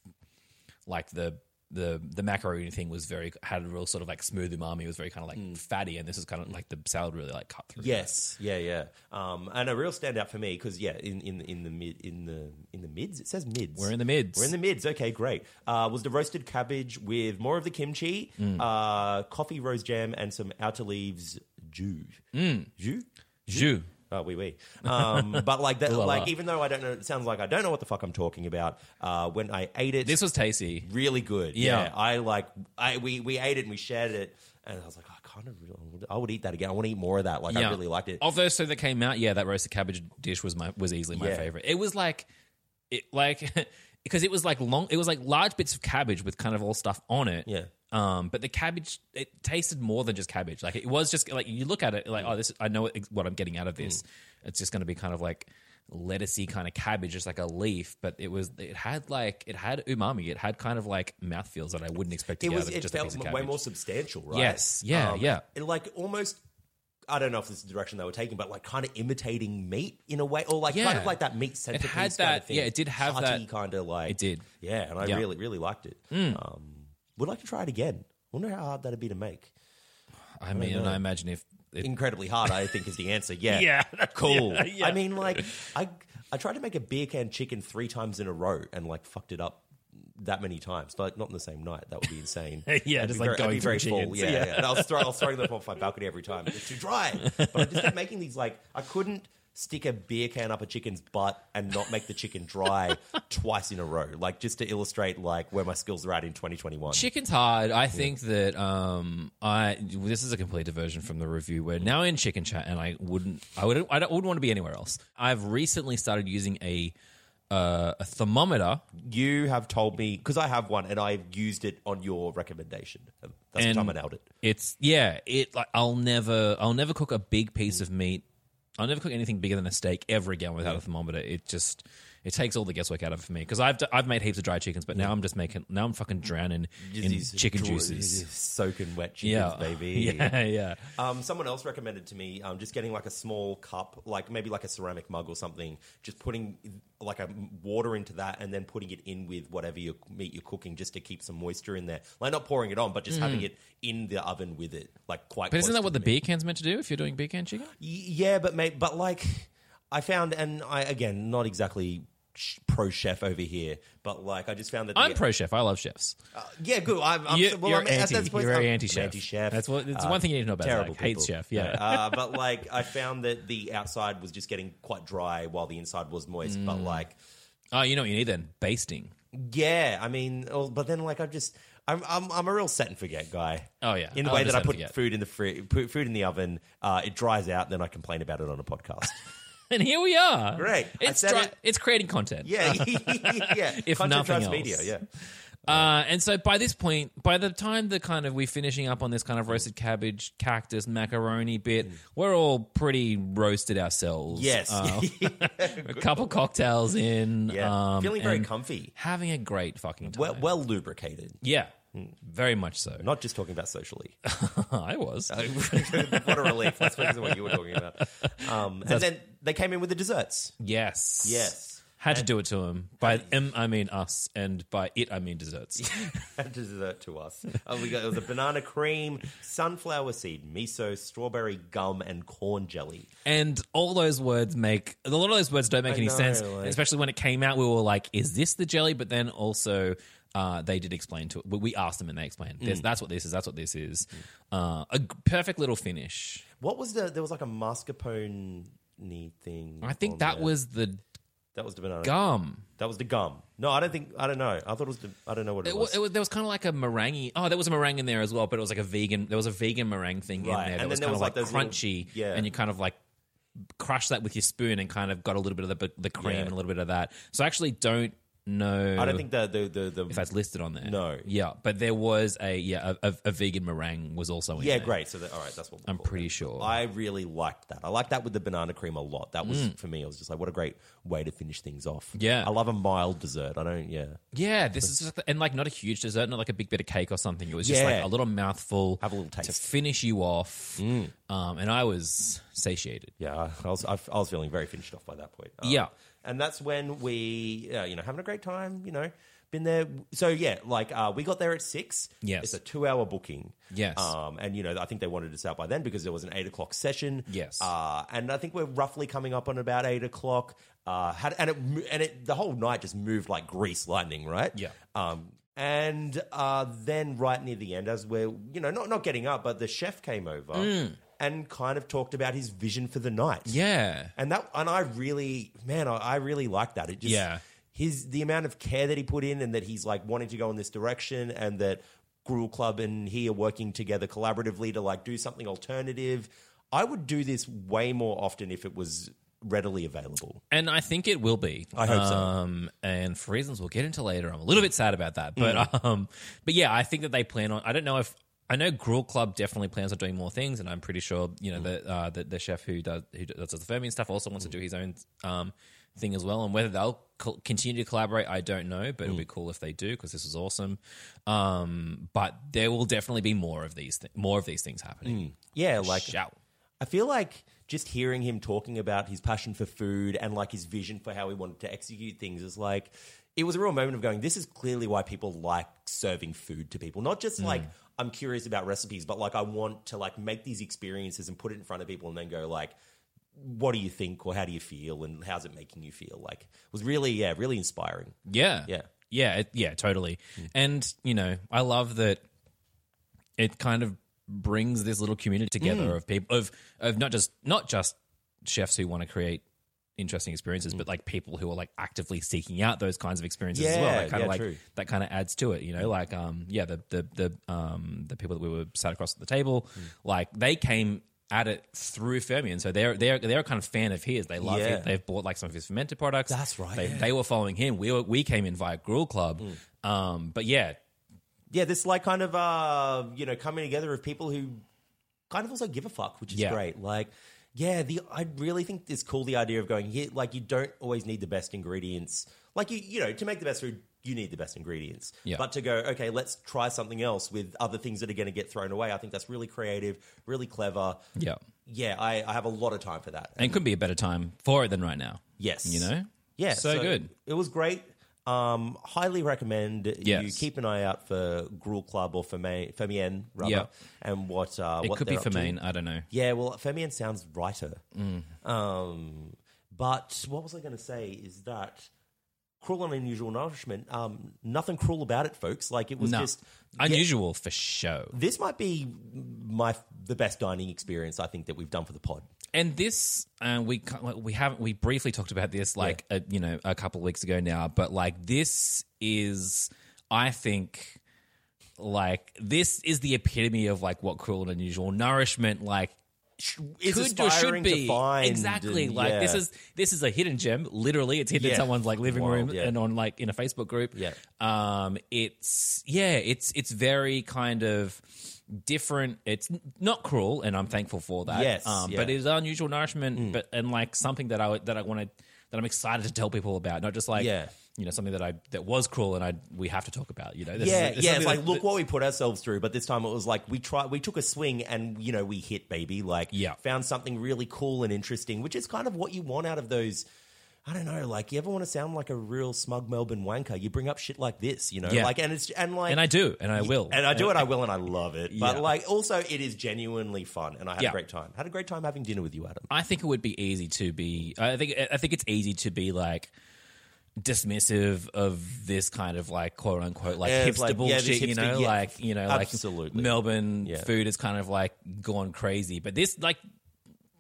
S1: like the. The, the macaroni thing was very had a real sort of like smooth umami. It was very kind of like fatty, and this is kind of like the salad really like cut through.
S2: Hmm. Yes, yeah, yeah, um, and a real standout for me because yeah, in, in in the mid in the in the mids it says mids.
S1: We're in the mids.
S2: We're in the mids. Okay, great. Uh, was the roasted cabbage with more of the kimchi,
S1: Mm.
S2: uh, coffee rose jam, and some outer leaves jus. Mm. Jus.
S1: Jus.
S2: Oh, wee wee. Um, but like that,
S1: la
S2: like
S1: la.
S2: even though I don't know, it sounds like I don't know what the fuck I'm talking about. Uh, when I ate it,
S1: This was tasty.
S2: really good.
S1: Yeah.
S2: Yeah. I like I we we ate it and we shared it and I was like "Oh, I kind of really, I would eat that again. I want to eat more of that. Like I really liked it.
S1: Of those two that came out, yeah, that roasted cabbage dish was my was easily my
S2: Yeah.
S1: favorite. It was like it like because it was like long it was like large bits of cabbage with kind of all stuff on it.
S2: Yeah.
S1: Um, but the cabbage it tasted more than just cabbage. Like it was just like you look at it like oh this I know ex- what I'm getting out of
S2: Mm.
S1: this. It's just going to be kind of like lettucey kind of cabbage, just like a leaf. But it was it had like it had umami. It had kind of like mouthfeels that I wouldn't expect to
S2: it
S1: get
S2: was
S1: out of
S2: it
S1: just a
S2: felt
S1: piece of cabbage.
S2: way more substantial, right?
S1: Yes. Yeah, yeah.
S2: It like almost I don't know if this is the direction they were taking, but like kind of imitating meat in a way, or like kind
S1: Yeah.
S2: of like that meat centerpiece
S1: had
S2: kind
S1: that-
S2: of thing.
S1: yeah, it did have that-
S2: kind of like
S1: It did.
S2: Yeah, and I
S1: Yeah. Hmm.
S2: really really liked it. Um, would like to try it again. Wonder how hard that'd be to make.
S1: I mean, and I imagine if it,
S2: incredibly hard, I think is the answer. Yeah.
S1: Yeah.
S2: Cool.
S1: Yeah, yeah.
S2: I mean, like, I I tried to make a beer can chicken three times in a row and like fucked it up that many times. Like not in the same night. That would be insane.
S1: Yeah,
S2: I'd
S1: just,
S2: be
S1: like,
S2: very- I'd
S1: going
S2: be very
S1: through
S2: full.
S1: chickens.
S2: Yeah,
S1: Yeah.
S2: yeah. And I was, throw, I was throwing them off my balcony every time. It's too dry. But I just kept making these like I couldn't stick a beer can up a chicken's butt and not make the chicken dry twice in a row. Like just to illustrate like where my skills are at in 2021.
S1: Chicken's hard. I think that um, I this is a complete diversion from the review. We're now in chicken chat, and I wouldn't, I wouldn't, I don't, wouldn't want to be anywhere else. I've recently started using a uh, a thermometer,
S2: you have told me because I have one and I've used it on your recommendation. That's
S1: and
S2: the time I nailed it.
S1: It's yeah, it like I'll never, I'll never cook a big piece of meat. I'll never cook anything bigger than a steak ever again without a thermometer. It just it takes all the guesswork out of it for me because I've d- I've made heaps of dry chickens, but now I'm just making now I'm fucking drowning in
S2: These
S1: chicken
S2: dro-
S1: juices.
S2: these soaking wet chickens,
S1: Yeah,
S2: baby.
S1: Yeah, yeah.
S2: Um, someone else recommended to me um, just getting like a small cup, like maybe like a ceramic mug or something, just putting like a water into that and then putting it in with whatever your meat you're cooking, just to keep some moisture in there. Like not pouring it on, but just having it in the oven with it, like quite.
S1: Mm. But isn't
S2: close
S1: that
S2: to
S1: what the beer can's meant to do if you're doing beer can chicken?
S2: Y- Yeah, but mate, but like I found, and I again not exactly sh- pro chef over here, but like I just found that the-
S1: I'm pro chef. I love chefs.
S2: uh, yeah, good. I'm, I'm
S1: You-
S2: well,
S1: you're
S2: I'm, at
S1: anti.
S2: this point,
S1: You're very
S2: I'm-
S1: anti-chef.
S2: I'm anti-chef. Uh,
S1: That's what- it's one thing you need to know about
S2: Terrible.
S1: Zach. Hates
S2: people.
S1: chef, yeah.
S2: uh, but like I found that the outside was just getting quite dry while the inside was moist. But
S1: Mm.
S2: like
S1: Oh, you know what you need then? Basting.
S2: yeah, I mean, oh, but then like I've just I'm I'm I'm a real set and forget guy.
S1: Oh, yeah.
S2: in the
S1: I
S2: way
S1: love a
S2: that I
S1: set and
S2: put
S1: forget.
S2: food in the fri- put food in the oven, uh, it dries out, then I complain about it on a podcast.
S1: And here we are.
S2: Great. I
S1: It's
S2: said
S1: dry,
S2: it.
S1: it's creating content.
S2: Yeah, yeah.
S1: If
S2: Content
S1: nothing
S2: drives
S1: else.
S2: media. Yeah,
S1: Uh, and so by this point, by the time the kind of we're finishing up on this kind of roasted cabbage, cactus, macaroni bit, we're all pretty roasted ourselves.
S2: Mm. Yes.
S1: Uh, a couple cocktails in.
S2: yeah.
S1: um,
S2: Feeling very
S1: and
S2: comfy.
S1: Having a great fucking time.
S2: Well, well lubricated.
S1: yeah,
S2: Hmm.
S1: very much so.
S2: Not just talking about socially.
S1: I was.
S2: Uh, what a relief. That's what you were talking about. Um, and then they came in with the desserts.
S1: Yes.
S2: Yes.
S1: Had to do it to him. By them, I mean us, and by it, I mean desserts.
S2: dessert to us. Oh, we got, it was a banana cream, sunflower seed, miso, strawberry gum, and corn jelly.
S1: and all those words make a lot of those words don't make any
S2: know,
S1: sense.
S2: like-
S1: especially when it came out, we were like, "Is this the jelly?" But then also, uh, they did explain to. We we asked them, and they explained, this, "That's what this is. That's what this is." Uh, a g- perfect little finish.
S2: What was the? There was like a mascarpone thing.
S1: I think
S2: on
S1: that
S2: there.
S1: was the
S2: that was the banana.
S1: gum.
S2: That was the gum. No, I don't think. I don't know. I thought it was. The, I don't know what it,
S1: It
S2: was.
S1: was, it was, there was kind of like a meringue. Oh, there was a meringue in there as well, but it was like a vegan. There was a vegan meringue thing in
S2: Right,
S1: there that
S2: and then
S1: was
S2: there
S1: kind
S2: was,
S1: of like,
S2: like, those little-
S1: crunchy.
S2: yeah.
S1: and you kind of like crushed that with your spoon and kind of got a little bit of the, the cream
S2: Yeah.
S1: and a little bit of that. So I actually don't know.
S2: I don't think the the the, the
S1: if that's listed on there.
S2: No.
S1: Yeah, but there was a yeah a, a, a vegan meringue was also in
S2: yeah,
S1: there.
S2: great. So that, all right, that's what
S1: I'm
S2: we'll call
S1: pretty
S2: it.
S1: sure.
S2: I really liked that. I liked that with the banana cream a lot. That was for me. I was just like, what a great way to finish things off.
S1: Mm. Yeah.
S2: I love a mild dessert. I don't. Yeah,
S1: yeah, this is just, and like not a huge dessert, not like a big bit of cake or something. It was just like
S2: Yeah.
S1: a little mouthful,
S2: Have a little
S1: to
S2: taste. Mm.
S1: finish you off. Um, and I was satiated.
S2: yeah. I, I was I, I was feeling very finished off by that point. Um,
S1: Yeah.
S2: and that's when we uh, you know having a great time. You know, been there. So yeah, like uh, we got there at six.
S1: Yes.
S2: it's a two hour booking.
S1: Yes.
S2: um, and you know I think they wanted us out by then because there was an eight o'clock session.
S1: Yes.
S2: uh, and I think we're roughly coming up on about eight o'clock. Uh, had, and it mo- and it the whole night just moved like grease lightning, right?
S1: Yeah.
S2: Um, and uh, then right near the end, as we're you know not not getting up, but the chef came over and kind of talked about his vision for the night.
S1: Yeah,
S2: And that and I really man, I, I really like that. It just
S1: Yeah.
S2: his the amount of care that he put in and that he's like wanting to go in this direction and that Gruel Club and he are working together collaboratively to like do something alternative. I would do this way more often if it was readily available.
S1: and I think it will be.
S2: I hope so.
S1: Um, and for reasons we'll get into later, I'm a little bit sad about that. But
S2: Mm.
S1: um, but yeah, I think that they plan on. I don't know if I know Gruel Club definitely plans on doing more things, and I'm pretty sure you
S2: Mm.
S1: know that uh, the, the chef who does who does the Fermi stuff also wants to do his own um thing as well. And whether they'll co- continue to collaborate, I don't know. But it'll
S2: Mm.
S1: be cool if they do because this is awesome. Um, but there will definitely be more of these th- more of these things
S2: Mm.
S1: happening.
S2: Yeah, like
S1: Shout.
S2: I feel like just hearing him talking about his passion for food and like his vision for how he wanted to execute things is like it was a real moment of going, this is clearly why people like serving food to people. Not just like I'm curious about recipes, but like I want to like make these experiences and put it in front of people and then go like what do you think or how do you feel and how's it making you feel? Like it was really, yeah, really inspiring.
S1: Yeah.
S2: Yeah. Hmm.
S1: Yeah. It, yeah. Totally. And, you know, I love that it kind of brings this little community together
S2: Hmm.
S1: of people, of, of not just, not just chefs who want to create interesting experiences,
S2: Hmm.
S1: but like people who are like actively seeking out those kinds of experiences as well.
S2: Yeah,
S1: That kind
S2: yeah,
S1: of like,
S2: true. Hmm.
S1: that kind of adds to it, you know, like, um, yeah, the, the, the, um, the people that we were sat across at the table,
S2: Hmm.
S1: like they came at it through Fermi. And so they're, they're, they're a kind of fan of his. They love
S2: Yeah.
S1: him. They've bought like some of his fermented products.
S2: That's right,
S1: They,
S2: yeah. Hmm.
S1: they were following him. We were, we came in via Gruel Club. Um, but yeah,
S2: Yeah, this like kind of uh, you know, coming together of people who kind of also give a fuck, which is
S1: Yeah.
S2: great. Like, yeah, the I really think it's cool the idea of going here. Like, you don't always need the best ingredients. Like, you you know, to make the best food, you need the best ingredients.
S1: Yeah.
S2: But to go, okay, let's try something else with other things that are going to get thrown away. I think that's really creative, really clever.
S1: yeah,
S2: Yeah, I, I have a lot of time for that.
S1: and it could be a better time for it than right now.
S2: Yes,
S1: You know?
S2: Yeah,
S1: So good.
S2: It was great. Um, highly recommend you
S1: Yes.
S2: keep an eye out for Gruel Club or Fermi- Fermien, rather,
S1: Yeah.
S2: and what uh,
S1: It
S2: what
S1: could be
S2: they're up to.
S1: Fermain. I don't know.
S2: Yeah, well, Fermien sounds writer.
S1: Mm.
S2: Um, but what was I going to say? Is that cruel and unusual nourishment? Um, nothing cruel about it, folks. Like it was
S1: No.
S2: just
S1: Unusual for show.
S2: this might be my the best dining experience I think that we've done for the pod.
S1: And this, uh, we ca- we haven't we briefly talked about this like uh you know a couple of weeks ago now, but like this is, I think, like this is the epitome of like what cruel and unusual nourishment like
S2: sh- is
S1: could do
S2: aspiring
S1: should be
S2: to find
S1: exactly
S2: and-
S1: like
S2: yeah.
S1: this is this is a hidden gem literally it's hidden in
S2: Yeah.
S1: someone's like living
S2: Wild,
S1: room
S2: yeah.
S1: and on like in a facebook group
S2: Yeah.
S1: um it's yeah it's it's very kind of different it's n- not cruel and i'm thankful for that
S2: Yes,
S1: um
S2: yeah. Mm.
S1: but it is unusual nourishment but and like something that i would- that i want to that i'm excited to tell people about not just like
S2: Yeah.
S1: you know something that i that was cruel and i we have to talk about you know this is-
S2: yeah,
S1: this is
S2: yeah. It's
S1: something
S2: like
S1: that-
S2: look what we put ourselves through, but this time it was like we tried, we took a swing, and you know we hit, baby. Like,
S1: Yeah.
S2: found something really cool and interesting, which is kind of what you want out of those. I don't know, like you ever want to sound like a real smug Melbourne wanker? You bring up shit like this, you know,
S1: Yeah.
S2: like and it's and like
S1: and i do and i will
S2: and I do it, I will, and I love it. But
S1: Yeah.
S2: like, also, it is genuinely fun, and I had
S1: Yeah.
S2: a great time. Had a great time having dinner with you, Adam.
S1: I think it would be easy to be. I think I think it's easy to be like dismissive of this kind of like quote unquote like
S2: Yeah, it's
S1: hipster
S2: like, yeah, this
S1: bullshit. you
S2: hipster-
S1: know,
S2: yeah,
S1: like you know,
S2: absolutely.
S1: like Melbourne
S2: Yeah.
S1: food is kind of like gone crazy, but this like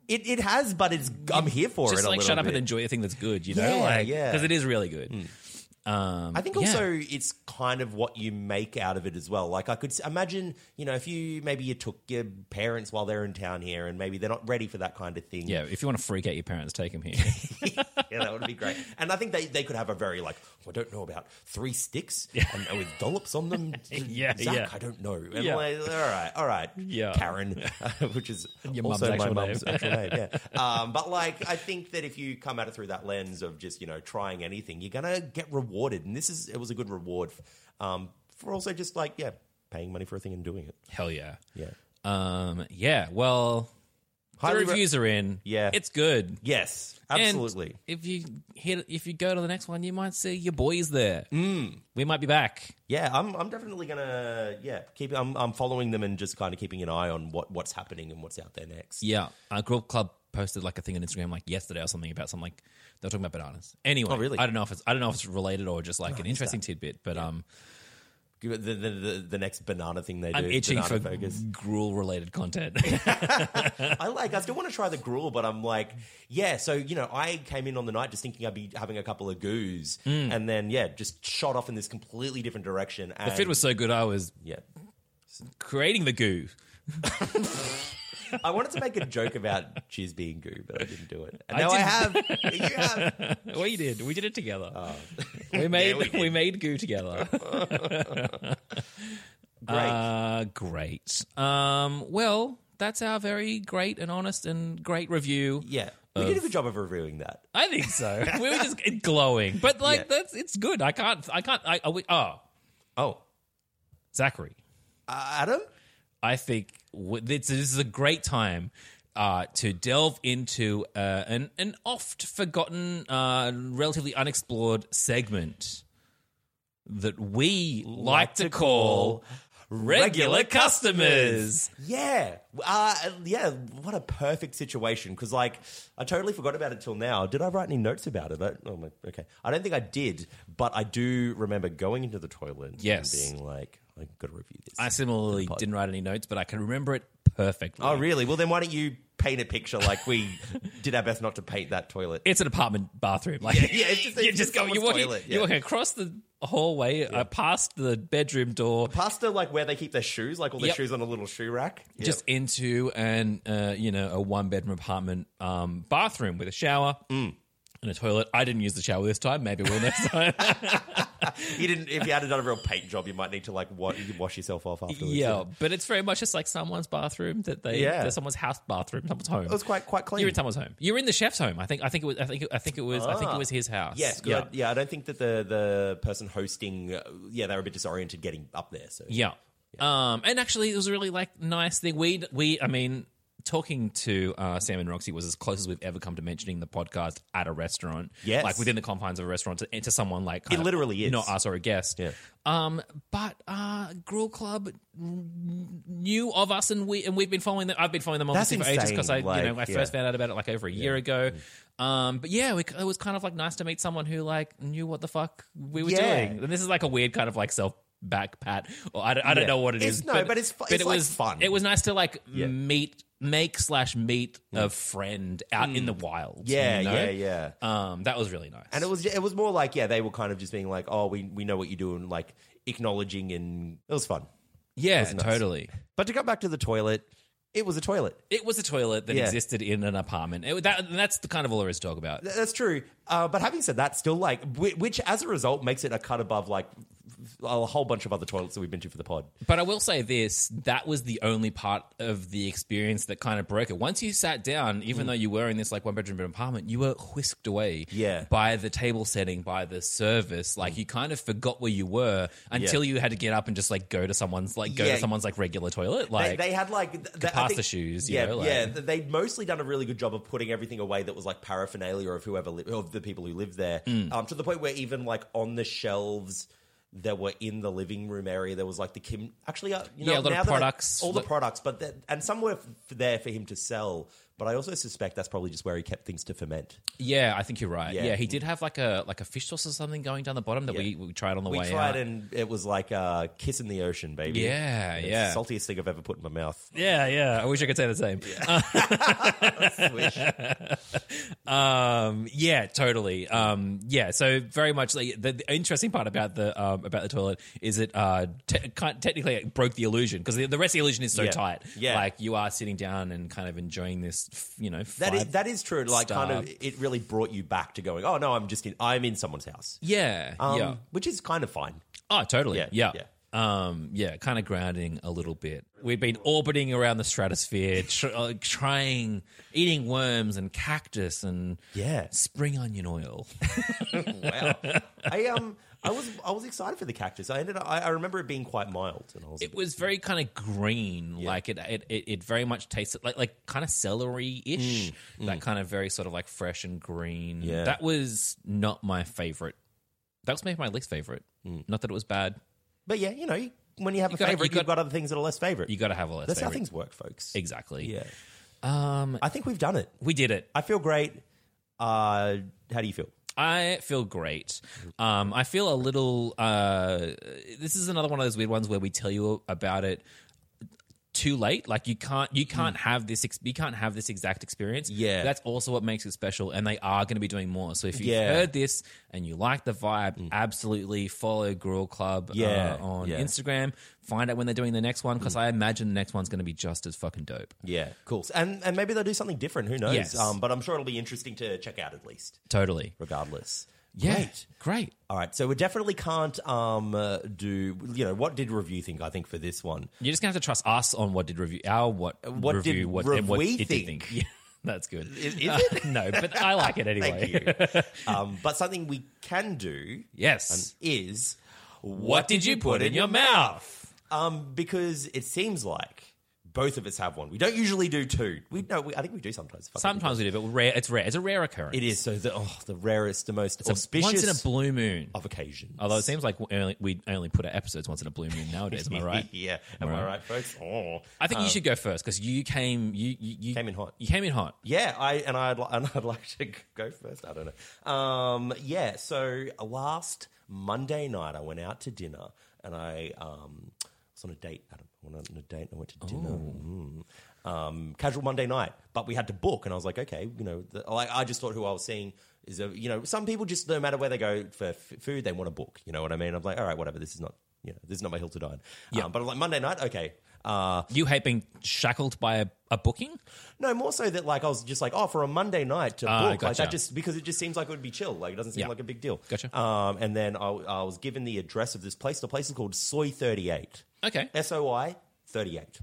S2: It it has, but it's I'm here for it.
S1: just
S2: a
S1: like
S2: little
S1: shut up
S2: bit.
S1: and enjoy the thing that's good. You know,
S2: Yeah,
S1: like
S2: yeah. Hmm.
S1: because it is really good. Um,
S2: I think
S1: yeah.
S2: also it's kind of what you make out of it as well. Like I could s- imagine, you know, if you maybe you took your parents while they're in town here, and maybe they're not ready for that kind of thing.
S1: Yeah, if you want to freak out your parents, take them here.
S2: yeah, that would be great. And I think they, they could have a very like I don't know about three sticks and and with dollops on them.
S1: Yeah,
S2: Zach,
S1: yeah.
S2: I don't know. And
S1: Yeah.
S2: like, all right, all right,
S1: Yeah.
S2: Karen, which is
S1: Your mum's
S2: also my
S1: actual
S2: mum's
S1: name.
S2: actual name. Yeah, um, but like I think that if you come at it through that lens of just you know trying anything, you're gonna get rewarded, and this is it was a good reward um, for also just like yeah, paying money for a thing and doing it.
S1: Hell yeah.
S2: Yeah.
S1: Um, yeah. Well, the
S2: Highly re-
S1: reviews are in.
S2: Yeah.
S1: it's good.
S2: Yes,
S1: And
S2: absolutely.
S1: if you hit, if you go to the next one, you might see your boys there.
S2: Hmm.
S1: We might be back.
S2: Yeah, I'm I'm definitely gonna yeah keep I'm I'm following them and just kind of keeping an eye on what what's happening and what's out there next.
S1: Yeah, uh, Grub Club posted like a thing on Instagram like yesterday or something about something. Like, they were talking about bananas. Anyway,
S2: Oh, really?
S1: I don't know if it's I don't know if it's related or just like an interesting tidbit, but um,
S2: Give it The, the, the, the next banana thing they do.
S1: I'm itching
S2: banana
S1: for
S2: focus.
S1: gruel related content.
S2: I like. I still want to try the gruel, but I'm like, yeah. So you know, I came in on the night just thinking I'd be having a couple of goos, and then yeah, just shot off in this completely different direction. And,
S1: Mm. the fit was so good, I was
S2: yeah.
S1: creating the goo.
S2: I wanted to make a joke about cheese being goo, but I didn't do it. And
S1: I
S2: now I have. You have.
S1: We did. We did it together. we made
S2: Oh. we
S1: we,
S2: did.
S1: made goo together.
S2: Great.
S1: Uh, great. Um, well, that's our very great and honest and great review.
S2: yeah, we did a good job of reviewing that.
S1: I think so. we were just glowing, but like
S2: Yeah.
S1: that's it's good. I can't. I can't. I, I we- oh
S2: Oh,
S1: Zachary,
S2: uh, Adam.
S1: I think w- this, this is a great time. Uh, to delve into uh, an, an oft forgotten, uh, relatively unexplored segment that we like, to, call regular customers.
S2: Yeah, uh, yeah. What a perfect situation because, like, I totally forgot about it till now. Did I write any notes about it? I, oh my, okay, I don't think I did, but I do remember going into the toilet.
S1: Yes.
S2: and being like, I got to review this.
S1: I similarly didn't write any notes, but I can remember it perfectly.
S2: oh, really? Well, then why don't you paint a picture like we did our best not to paint that toilet?
S1: it's an apartment bathroom. Like,
S2: yeah, it's just-
S1: you're just
S2: it's just
S1: going. You're
S2: someone's
S1: walking,
S2: toilet,
S1: you're
S2: yeah.
S1: walking across the hallway, uh, past the bedroom door,
S2: Past the like where they keep their shoes, like all their
S1: Yep.
S2: shoes on a little shoe rack. Yeah.
S1: just into an uh, you know a one bedroom apartment um, bathroom with a shower.
S2: Mm.
S1: And a toilet. I didn't use the shower this time. Maybe we'll next time.
S2: you didn't. If you had done a real paint job, you might need to like wa- you wash yourself off afterwards.
S1: yeah, but it's very much just like someone's bathroom that they,
S2: Yeah.
S1: that's someone's house bathroom, someone's home.
S2: it was quite quite clean.
S1: You're in someone's home. You're in the chef's home. I think. I think it was. I think. I think it was. I think it was his house.
S2: Ah. Yes,
S1: Yeah.
S2: good. Yeah. I don't think that the the person hosting, uh, yeah, they were a bit disoriented getting up there. So
S1: Yeah. Um, and actually, it was a really like nice thing. We we I mean, talking to uh, Sam and Roxy was as close as we've ever come to mentioning the podcast at a restaurant.
S2: Yes.
S1: like within the confines of a restaurant to, to someone like
S2: It literally is.
S1: not us or a guest.
S2: Yeah.
S1: Um, but uh, Grill Club knew of us, and we and we've been following them. I've been following them obviously for ages
S2: insane,
S1: because I
S2: like,
S1: you know I
S2: yeah.
S1: first found out about it like over a year ago.
S2: Mm.
S1: Um, but yeah, we, it was kind of like nice to meet someone who like knew what the fuck we were
S2: Yeah.
S1: doing. And this is like a weird kind of like self back pat or I don't, I don't
S2: Yeah.
S1: know what it
S2: It's-
S1: is.
S2: no, but it's fu- it's,
S1: it
S2: like,
S1: was
S2: fun.
S1: It was nice to like
S2: Yeah. Mm.
S1: meet make slash meet a friend out in the wild.
S2: yeah,
S1: you know?
S2: yeah, yeah.
S1: Um, that was really nice.
S2: And it was it was more like yeah, they were kind of just being like, oh, we we know what you do and like acknowledging and it was fun.
S1: yeah, totally.
S2: But to come back to the toilet, It was a toilet.
S1: It was a toilet that
S2: Yeah.
S1: existed in an apartment. It, that, that's the kind of all there is to talk about.
S2: Th- That's true. Uh, but having said that, still like whi- which, as a result, makes it a cut above like a whole bunch of other toilets that we've been to for the pod.
S1: But I will say this: that was the only part of the experience that kind of broke it. Once you sat down,
S2: Mm.
S1: even though you were in this like one bedroom apartment, you were whisked away
S2: Yeah. Mm.
S1: by the table setting, by the service. Like you kind of forgot where you were until you had to get up and just like go to someone's like go
S2: Yeah.
S1: to someone's like regular toilet. Like
S2: they, they had like th- th- I
S1: pasta
S2: think-
S1: shoes, you
S2: Yeah,
S1: know, like-
S2: yeah. th- They'd mostly done a really good job of putting everything away that was like paraphernalia of whoever li- of the people who lived there.
S1: Mm.
S2: Um, to the point where even like on the shelves that were in the living room area, there was like the Kim. Actually, uh, you know,
S1: Yeah, a lot of
S2: now that I-
S1: products.
S2: all the
S1: Like-
S2: products, but that, and some were f- there for him to sell. But I also suspect that's probably just where he kept things to ferment.
S1: yeah, I think you're right. Yeah.
S2: Yeah.
S1: he did have like a like a fish sauce or something going down the bottom that we,
S2: Yeah.
S1: we tried on the
S2: We
S1: way
S2: tried,
S1: out.
S2: and it was like uh, kiss in the ocean, baby.
S1: Yeah,
S2: It's
S1: yeah.
S2: the saltiest thing I've ever put in my mouth.
S1: yeah, yeah. I wish I could say the same.
S2: Wish.
S1: Um, yeah, totally. Um, yeah, so very much like the, the interesting part about the um, about the toilet is it uh, te- kind- technically it broke the illusion because the, the rest of the illusion is so
S2: Yeah.
S1: tight.
S2: Yeah.
S1: like you are sitting down and kind of enjoying this. f- You know,
S2: That is
S1: five-
S2: that is true. Like kind
S1: star.
S2: of, it really brought you back to going. Oh no, I'm just in. I'm in someone's house.
S1: yeah,
S2: Um,
S1: yeah.
S2: which is kind of fine.
S1: Oh, totally. Yeah,
S2: Yeah,
S1: yeah. Um, yeah, kind of grounding a little bit. We've been orbiting around the stratosphere, tr- uh, trying eating worms and cactus and
S2: Yeah.
S1: spring onion oil.
S2: Wow. I um, I was I was excited for the cactus. I ended. Up, I, I remember it being quite mild, and I was.
S1: it was very kind of green like it it, it it very much tasted like like kind of celery-ish that kind of very sort of like fresh and green
S2: Mm, Yeah.
S1: that was not my favorite that was maybe my least favorite
S2: Mm.
S1: not that it was bad
S2: but yeah, you know, you- when you have a
S1: gotta-
S2: favorite,
S1: you
S2: you've got other things that are less favorite.
S1: you gotta have a less
S2: That's how
S1: favorite
S2: things work, folks.
S1: exactly
S2: Yeah. Um, I think we've done it.
S1: we did it
S2: I feel great. Uh, how do you feel?
S1: I feel great. Um, I feel a little. Uh, this is another one of those weird ones where we tell you about it too late. Like you can't you can't have this ex- you can't have this exact experience.
S2: Hmm. Yeah.
S1: that's also what makes it special. And they are going to be doing more. So if you've
S2: Yeah. Hmm.
S1: heard this and you like the vibe, absolutely follow Gruel Club
S2: Yeah,
S1: uh, on
S2: yeah. Hmm.
S1: Instagram. Find out when they're doing the next one because I imagine the next one's going to be just as fucking dope.
S2: Yeah, cool. And and maybe they'll do something different. Who knows?
S1: Yes.
S2: Um, but I'm sure it'll be interesting to check out at least.
S1: Totally.
S2: Regardless.
S1: Yeah.
S2: Great.
S1: Great.
S2: All right, so we definitely can't um, uh, do. You know, what did review think? I think for this one,
S1: You're just gonna have to trust us on what did review our what,
S2: Uh, What
S1: review
S2: did
S1: what and what
S2: we
S1: it did
S2: think?
S1: think. Yeah, that's good.
S2: Is- is
S1: Uh, no, but I like it anyway.
S2: thank you. um, but something we can do
S1: Yes.
S2: is
S1: what did you put in your mouth?
S2: um, because it seems like both of us have one. We don't usually do two. We no, we, I think we do sometimes. Fuck, I think
S1: Sometimes we do, but rare. It's rare. It's a rare occurrence.
S2: it is so the oh, the rarest, the most auspicious
S1: Once in a blue moon.
S2: of occasions.
S1: Although it seems like we only, we only put out episodes once in a blue moon nowadays. Am I right?
S2: yeah, am I right, folks? Oh.
S1: I think you should go first because you came. You, you, you
S2: Came in hot.
S1: You came in hot.
S2: Yeah, I and I'd li- and I'd like to go first. I don't know. Um, yeah, so uh, last Monday night I went out to dinner and I um, was on a date. Adam. I went on a date. and I went to dinner. Mm. Um, casual Monday night, but we had to book, and I was like, okay, you know, the, like I just thought who I was seeing is a, you know, some people just no matter where they go for f- food, they want to book. You know what I mean? I'm like, all right, whatever. This is not, you know, this is not my hill to die on. Um, but I'm like Monday night, okay. Uh,
S1: You hate being shackled by a, a booking.
S2: no, more so that like I was just like, oh, for a Monday night to
S1: Ah,
S2: book, like
S1: gotcha.
S2: that just because it just seems like it would be chill. Like it doesn't seem
S1: Yeah.
S2: like a big deal.
S1: Gotcha.
S2: Um, and then I, I was given the address of this place. The place is called Soy Thirty Eight.
S1: Okay.
S2: S O I Thirty Eight.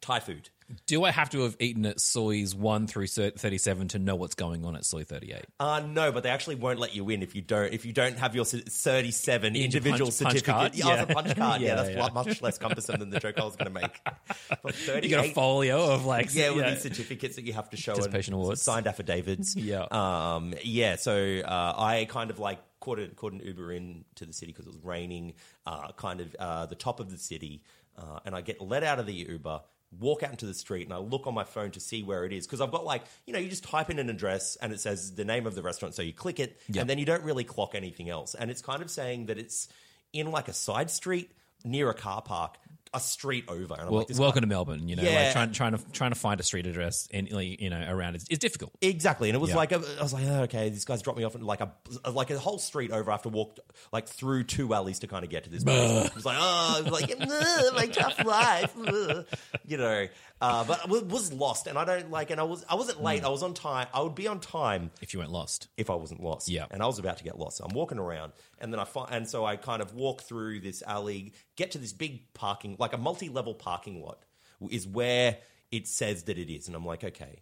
S2: Thai food.
S1: Do I have to have eaten at Soy's one through thirty-seven to know what's going on at Soy thirty-eight?
S2: Uh, no, but they actually won't let you in if you don't if you don't have your c- thirty seven
S1: your
S2: individual
S1: punch- punch
S2: certificate.
S1: card?
S2: Yeah, as a
S1: Yeah.
S2: punch card. yeah,
S1: Yeah,
S2: that's
S1: yeah.
S2: lot- much less cumbersome than the joke I was going to make. But
S1: You
S2: thirty
S1: got a
S2: eight.
S1: folio of like
S2: Yeah, with these certificates that you have to show
S1: Participation
S2: and
S1: awards.
S2: signed affidavits.
S1: Yeah.
S2: um, yeah. So uh, I kind of like caught, a, caught an Uber in to the city because it was raining, uh, kind of uh, the top of the city, uh, and I get let out of the Uber. Walk out into the street and I look on my phone to see where it is because I've got like you know you just type in an address and it says the name of the restaurant so you click it and then you don't really clock anything else and it's kind of saying that it's in like a side street near a car park a street over. And I'm
S1: Well,
S2: like, this
S1: welcome to Melbourne. You know,
S2: Yeah.
S1: like trying trying to trying to find a street address and like, you know around it's, it's difficult.
S2: Exactly, and it was
S1: Yeah.
S2: like a, I was like, oh, okay, this guy's dropped me off in like a like a whole street over after walked like through two alleys to kind of get to this place. It was like, oh, it was like "Ugh, my tough life, ugh," you know. Uh, but I wa- was lost, and I don't like, and I was I
S1: Hmm.
S2: wasn't late. I was on time. I would be on time
S1: If you went lost,
S2: if I wasn't lost.
S1: Yeah.
S2: And I was about to get lost. So I'm walking around and then I find, and so I kind of walk through this alley, get to this big parking, like a multi level parking lot is where it says that it is. And I'm like, okay,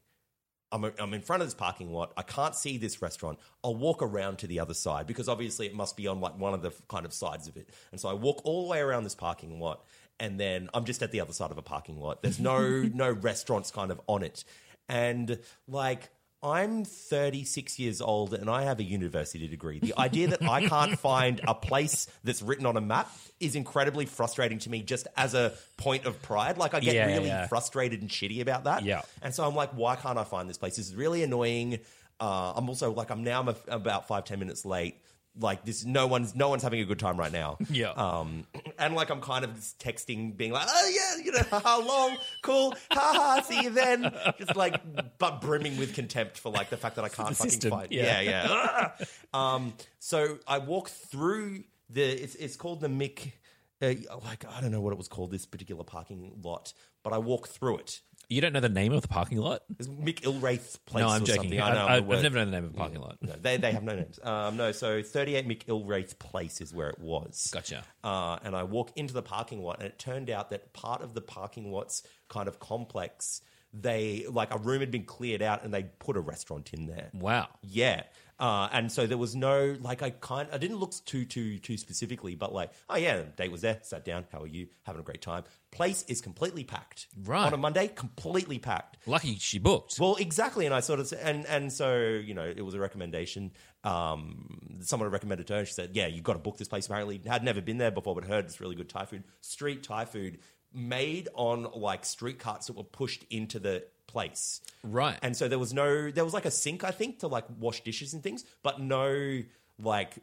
S2: I'm, I'm in front of this parking lot. I can't see this restaurant. I'll walk around to the other side because obviously it must be on like one of the f- kind of sides of it. And so I walk all the way around this parking lot and then I'm just at the other side of a parking lot. There's no, no restaurants kind of on it. And like, I'm 36 years old and I have a university degree. The idea that I can't find a place that's written on a map is incredibly frustrating to me just as a point of pride. Like I get
S1: Yeah,
S2: really
S1: yeah.
S2: frustrated and shitty about that.
S1: Yeah.
S2: And so I'm like, why can't I find this place? This is really annoying. Uh, I'm also like, I'm now I'm a, about five ten minutes late. Like this, no one's no one's having a good time right now.
S1: Yeah.
S2: Um, and like I'm kind of just texting, being like, oh yeah, you know, how long? Cool. Ha ha. See you then. Just like, but brimming with contempt for like the fact that I can't fucking
S1: system,
S2: find.
S1: yeah.
S2: yeah. yeah. Um, so I walk through the. It's, it's called the Mick. Uh, like I don't know what it was called this particular parking lot, but I walk through it.
S1: you don't know the name of the parking lot.
S2: It's Mick Ilraith's place.
S1: No, I'm
S2: or
S1: joking.
S2: Something.
S1: I,
S2: I know.
S1: I,
S2: I'm
S1: have
S2: aware.
S1: never known the name of a parking lot.
S2: No, they they have no names. Um, no, so 38 Mick Ilraith's place is where it was.
S1: Gotcha.
S2: Uh, and I walk into the parking lot, and it turned out that part of the parking lot's kind of complex, they like a room had been cleared out, and they put a restaurant in there.
S1: Wow.
S2: Yeah. Uh, and so there was no like I kind I didn't look too too too specifically, but like oh yeah, date was there, sat down, how are you, having a great time. Place is completely packed
S1: Right.
S2: on a Monday, completely packed.
S1: Lucky she booked.
S2: Well, exactly, and I sort of and and so you know it was a recommendation. Um, someone recommended to her. and She said, "Yeah, you've got to book this place." Apparently, had never been there before, but heard it's really good Thai food, street Thai food made on like street carts that were pushed into the place.
S1: Right.
S2: And so there was no there was like a sink I think to like wash dishes and things, but no like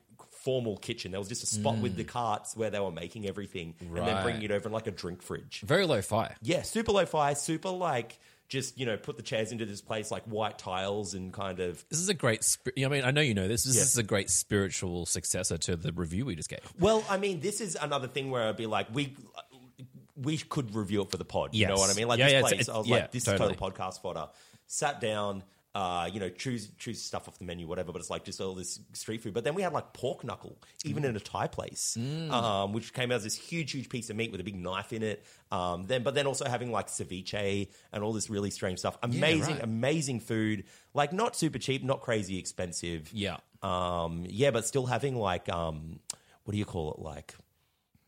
S2: formal kitchen. There was just a spot with the carts where they were making everything and then
S1: Mm. Right.
S2: bringing it over and like a drink fridge.
S1: Very low fire.
S2: Yeah, super low fi, super like just you know put the chairs into this place like white tiles and kind of.
S1: This is a great. Sp- I mean, I know you know this. This
S2: Yeah.
S1: is a great spiritual successor to the review we just gave.
S2: Well, I mean, this is another thing where I'd be like, we we could review it for the pod. You know
S1: Yes.
S2: what I mean? Like
S1: Yeah,
S2: this
S1: yeah, it's-
S2: place,
S1: it's-
S2: I was
S1: yeah,
S2: like, this
S1: totally.
S2: is total podcast fodder. Sat down. Uh, you know, choose choose stuff off the menu, whatever. But it's like just all this street food. But then we had like pork knuckle, even in a Thai place,
S1: Mm.
S2: um, which came out as this huge, huge piece of meat with a big knife in it. Um, then, but then also having like ceviche and all this really strange stuff. Amazing,
S1: right.
S2: amazing food. Like not super cheap, not crazy expensive.
S1: Yeah.
S2: Um, yeah, but still having like um, what do you call it? Like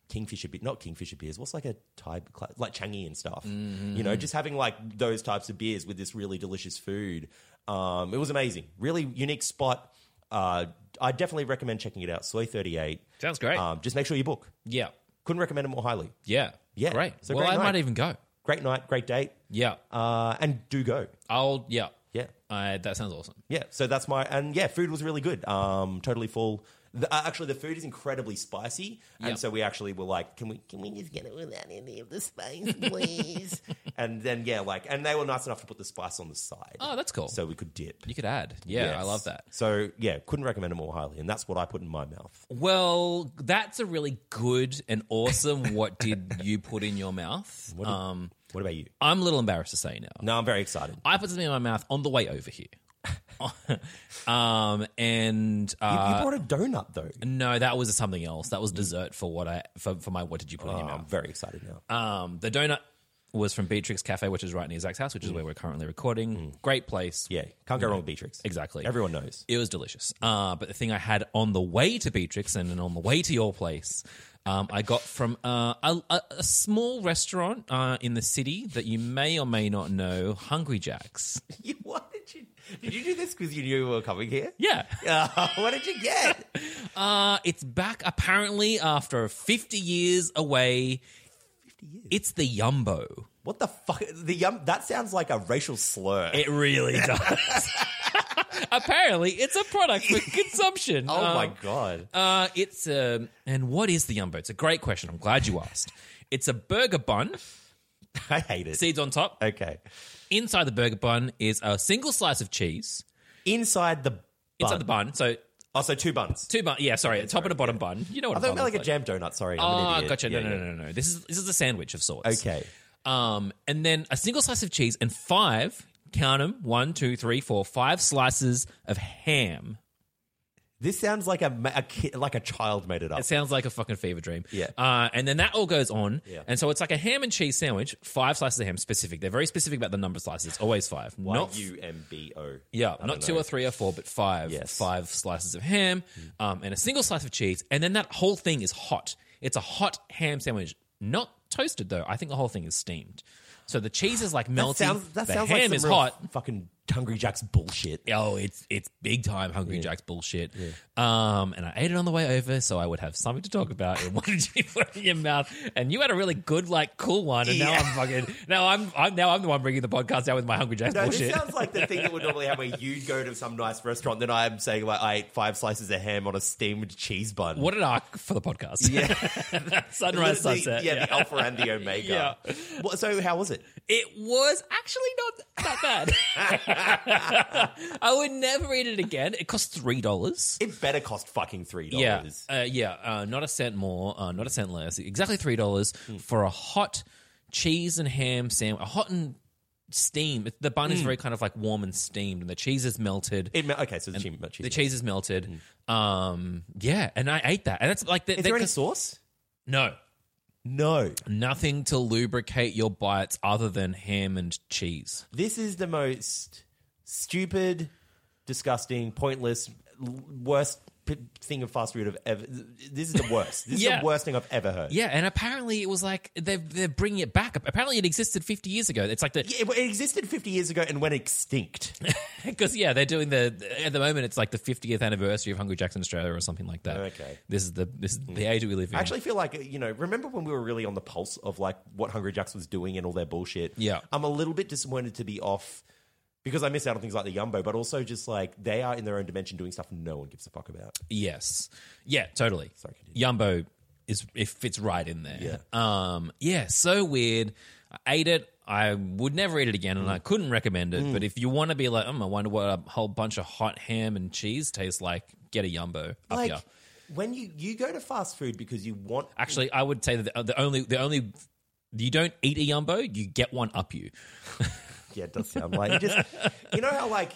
S2: kingfisher beer, not kingfisher beers. What's like a type like Changi and stuff? You
S1: Mm-hmm.
S2: know, just having like those types of beers with this really delicious food. Um, it was amazing. Really unique spot. Uh, I definitely recommend checking it out. Soy thirty eight.
S1: Sounds great.
S2: Um, just make sure you book.
S1: yeah.
S2: Couldn't recommend it more highly.
S1: Yeah.
S2: Yeah.
S1: Great.
S2: So
S1: well,
S2: great
S1: I
S2: night.
S1: might even go.
S2: Great night, great date,
S1: Yeah.
S2: uh, and do go.
S1: I'll. Yeah.
S2: Yeah.
S1: I, that sounds awesome.
S2: Yeah, so that's my and yeah, food was really good. Um, totally full. The, uh, actually, the food is incredibly spicy, and
S1: Yeah.
S2: so we actually were like, "Can we can we just get it without any of the spice, please?" and then yeah, like, and they were nice enough to put the spice on the side.
S1: Oh, that's cool.
S2: so we could dip.
S1: you could add. Yeah, I
S2: Yes.
S1: love that.
S2: So yeah, couldn't recommend it more highly, and that's what I put in my mouth.
S1: Well, that's a really good and awesome. what did you put in your mouth? um,
S2: What about you?
S1: I'm a little embarrassed to say now.
S2: No, I'm very excited.
S1: I put something in my mouth on the way over here. um, and
S2: You,
S1: uh,
S2: you brought a donut though.
S1: no, that was something else. That was dessert for what I for, for my what did you put in
S2: Oh,
S1: your mouth?
S2: I'm very excited now.
S1: Um, the donut was from Beatrix Cafe, which is right near Zach's house, which is where we're currently recording. Great place.
S2: Mm. yeah, can't go wrong with Beatrix.
S1: Exactly.
S2: Everyone knows.
S1: It was delicious. Uh, but the thing I had on the way to Beatrix and, and on the way to your place, um, I got from uh, a, a, a small restaurant uh, in the city that you may or may not know, Hungry Jack's.
S2: You, what did you? Did you do this because you knew we were coming here?
S1: Yeah.
S2: Uh, what did you get?
S1: Uh, it's back apparently after 50 years away. 50
S2: years?
S1: It's the Yumbo.
S2: um, What the fuck? The yum. That sounds like a racial slur.
S1: It really does. Apparently, it's a product for consumption.
S2: Oh
S1: Um,
S2: my god.
S1: Uh, it's um, and what is the umbo? It's a great question. I'm glad you asked. It's a burger bun,
S2: I hate it.
S1: seeds on top.
S2: okay.
S1: Inside the burger bun is a single slice of cheese.
S2: Inside the bun.
S1: Inside the bun, so
S2: Oh, so two buns.
S1: two bun. Yeah, sorry, a top and a bottom bun. You know what?
S2: I
S1: a
S2: thought it
S1: bun
S2: meant like a
S1: looks
S2: jam donut. Sorry. I'm an
S1: Ah,
S2: idiot.
S1: gotcha. No,
S2: Yeah,
S1: no,
S2: yeah.
S1: no, no, no. This is this is a sandwich of sorts.
S2: Okay.
S1: Um, and then a single slice of cheese and five. Count them. One, two, three, four, five slices of ham.
S2: This sounds like a, ma- a kid, like a child made it up.
S1: It sounds like a fucking fever dream.
S2: Yeah.
S1: Uh, and then that all goes on.
S2: Yeah.
S1: And so it's like a ham and cheese sandwich, five slices of ham specific. They're very specific about the number of slices. It's always five. Not
S2: U M B O.
S1: yeah, not two or three or four, but five.
S2: Yes.
S1: Five slices of ham um, and a single slice of cheese. And then that whole thing is hot. It's a hot ham sandwich. Not toasted, though. I think the whole thing is steamed. So the cheese is like
S2: That
S1: melting.
S2: sounds. That
S1: the
S2: sounds
S1: ham
S2: like some
S1: is
S2: real
S1: hot.
S2: Fucking Hungry Jack's bullshit.
S1: Oh, it's it's big time Hungry Jack's bullshit. Um, and I ate it on the way over, so I would have something to talk about and one you put in your mouth. And you had a really good, like, cool one. And now
S2: Yeah.
S1: I'm fucking now I'm I'm now I'm the one bringing the podcast down with my Hungry Jack's
S2: No, this
S1: bullshit.
S2: sounds like the thing that would normally happen where you go to some nice restaurant, then I'm saying like I ate five slices of ham on a steamed cheese bun.
S1: What an arc for the podcast! Yeah, sunrise,
S2: The- the-
S1: sunset.
S2: yeah, the alpha and the omega.
S1: Yeah.
S2: Well, so how was it?
S1: It was actually not that bad. I would never eat it again. It cost three dollars.
S2: It better cost fucking three
S1: Yeah,
S2: dollars.
S1: uh, yeah. Uh, not a cent more, uh, not a cent less. Exactly three dollars
S2: Hmm.
S1: for a hot cheese and ham sandwich. A hot and steam. The bun is very kind of like warm and steamed, and the cheese is melted.
S2: Hmm. It ma- okay, so the cheese. cheese
S1: the cheese is melted. Um, yeah, and I ate that, and that's like the,
S2: Is there any sauce?
S1: no
S2: No.
S1: nothing to lubricate your bites other than ham and cheese.
S2: This is the most stupid, disgusting, pointless, l- worst p- thing of fast food I've ever. This is the worst. This is
S1: Yeah.
S2: the worst thing I've ever heard.
S1: Yeah, and apparently it was like they're they're bringing it back. Apparently it existed fifty years ago. It's like the
S2: Yeah, well, it existed 50 years ago and went extinct.
S1: Because yeah, they're doing the at the moment it's like the 50th anniversary of Hungry Jack's in Australia or something like that.
S2: Okay.
S1: this is the this is the age we live in.
S2: I actually feel like you know. Remember when we were really on the pulse of like what Hungry Jacks was doing and all their bullshit?
S1: Yeah.
S2: I'm a little bit disappointed to be off because I miss out on things like the Yumbo, but also just like they are in their own dimension doing stuff no one gives a fuck about.
S1: yes, yeah, totally.
S2: Sorry, continue.
S1: Yumbo is it fits right in there. Yeah, um, yeah, so weird. I ate it. I would never eat it again, and I
S2: Mm.
S1: couldn't recommend it. But if you want to be like, oh, I wonder what a whole bunch of hot ham and cheese tastes like, get a Yumbo up
S2: Like
S1: here.
S2: when you you go to fast food because you want
S1: Actually, I would say that the, the only the only you don't eat a Yumbo, you get one up you.
S2: Yeah, it does sound like you just you know how like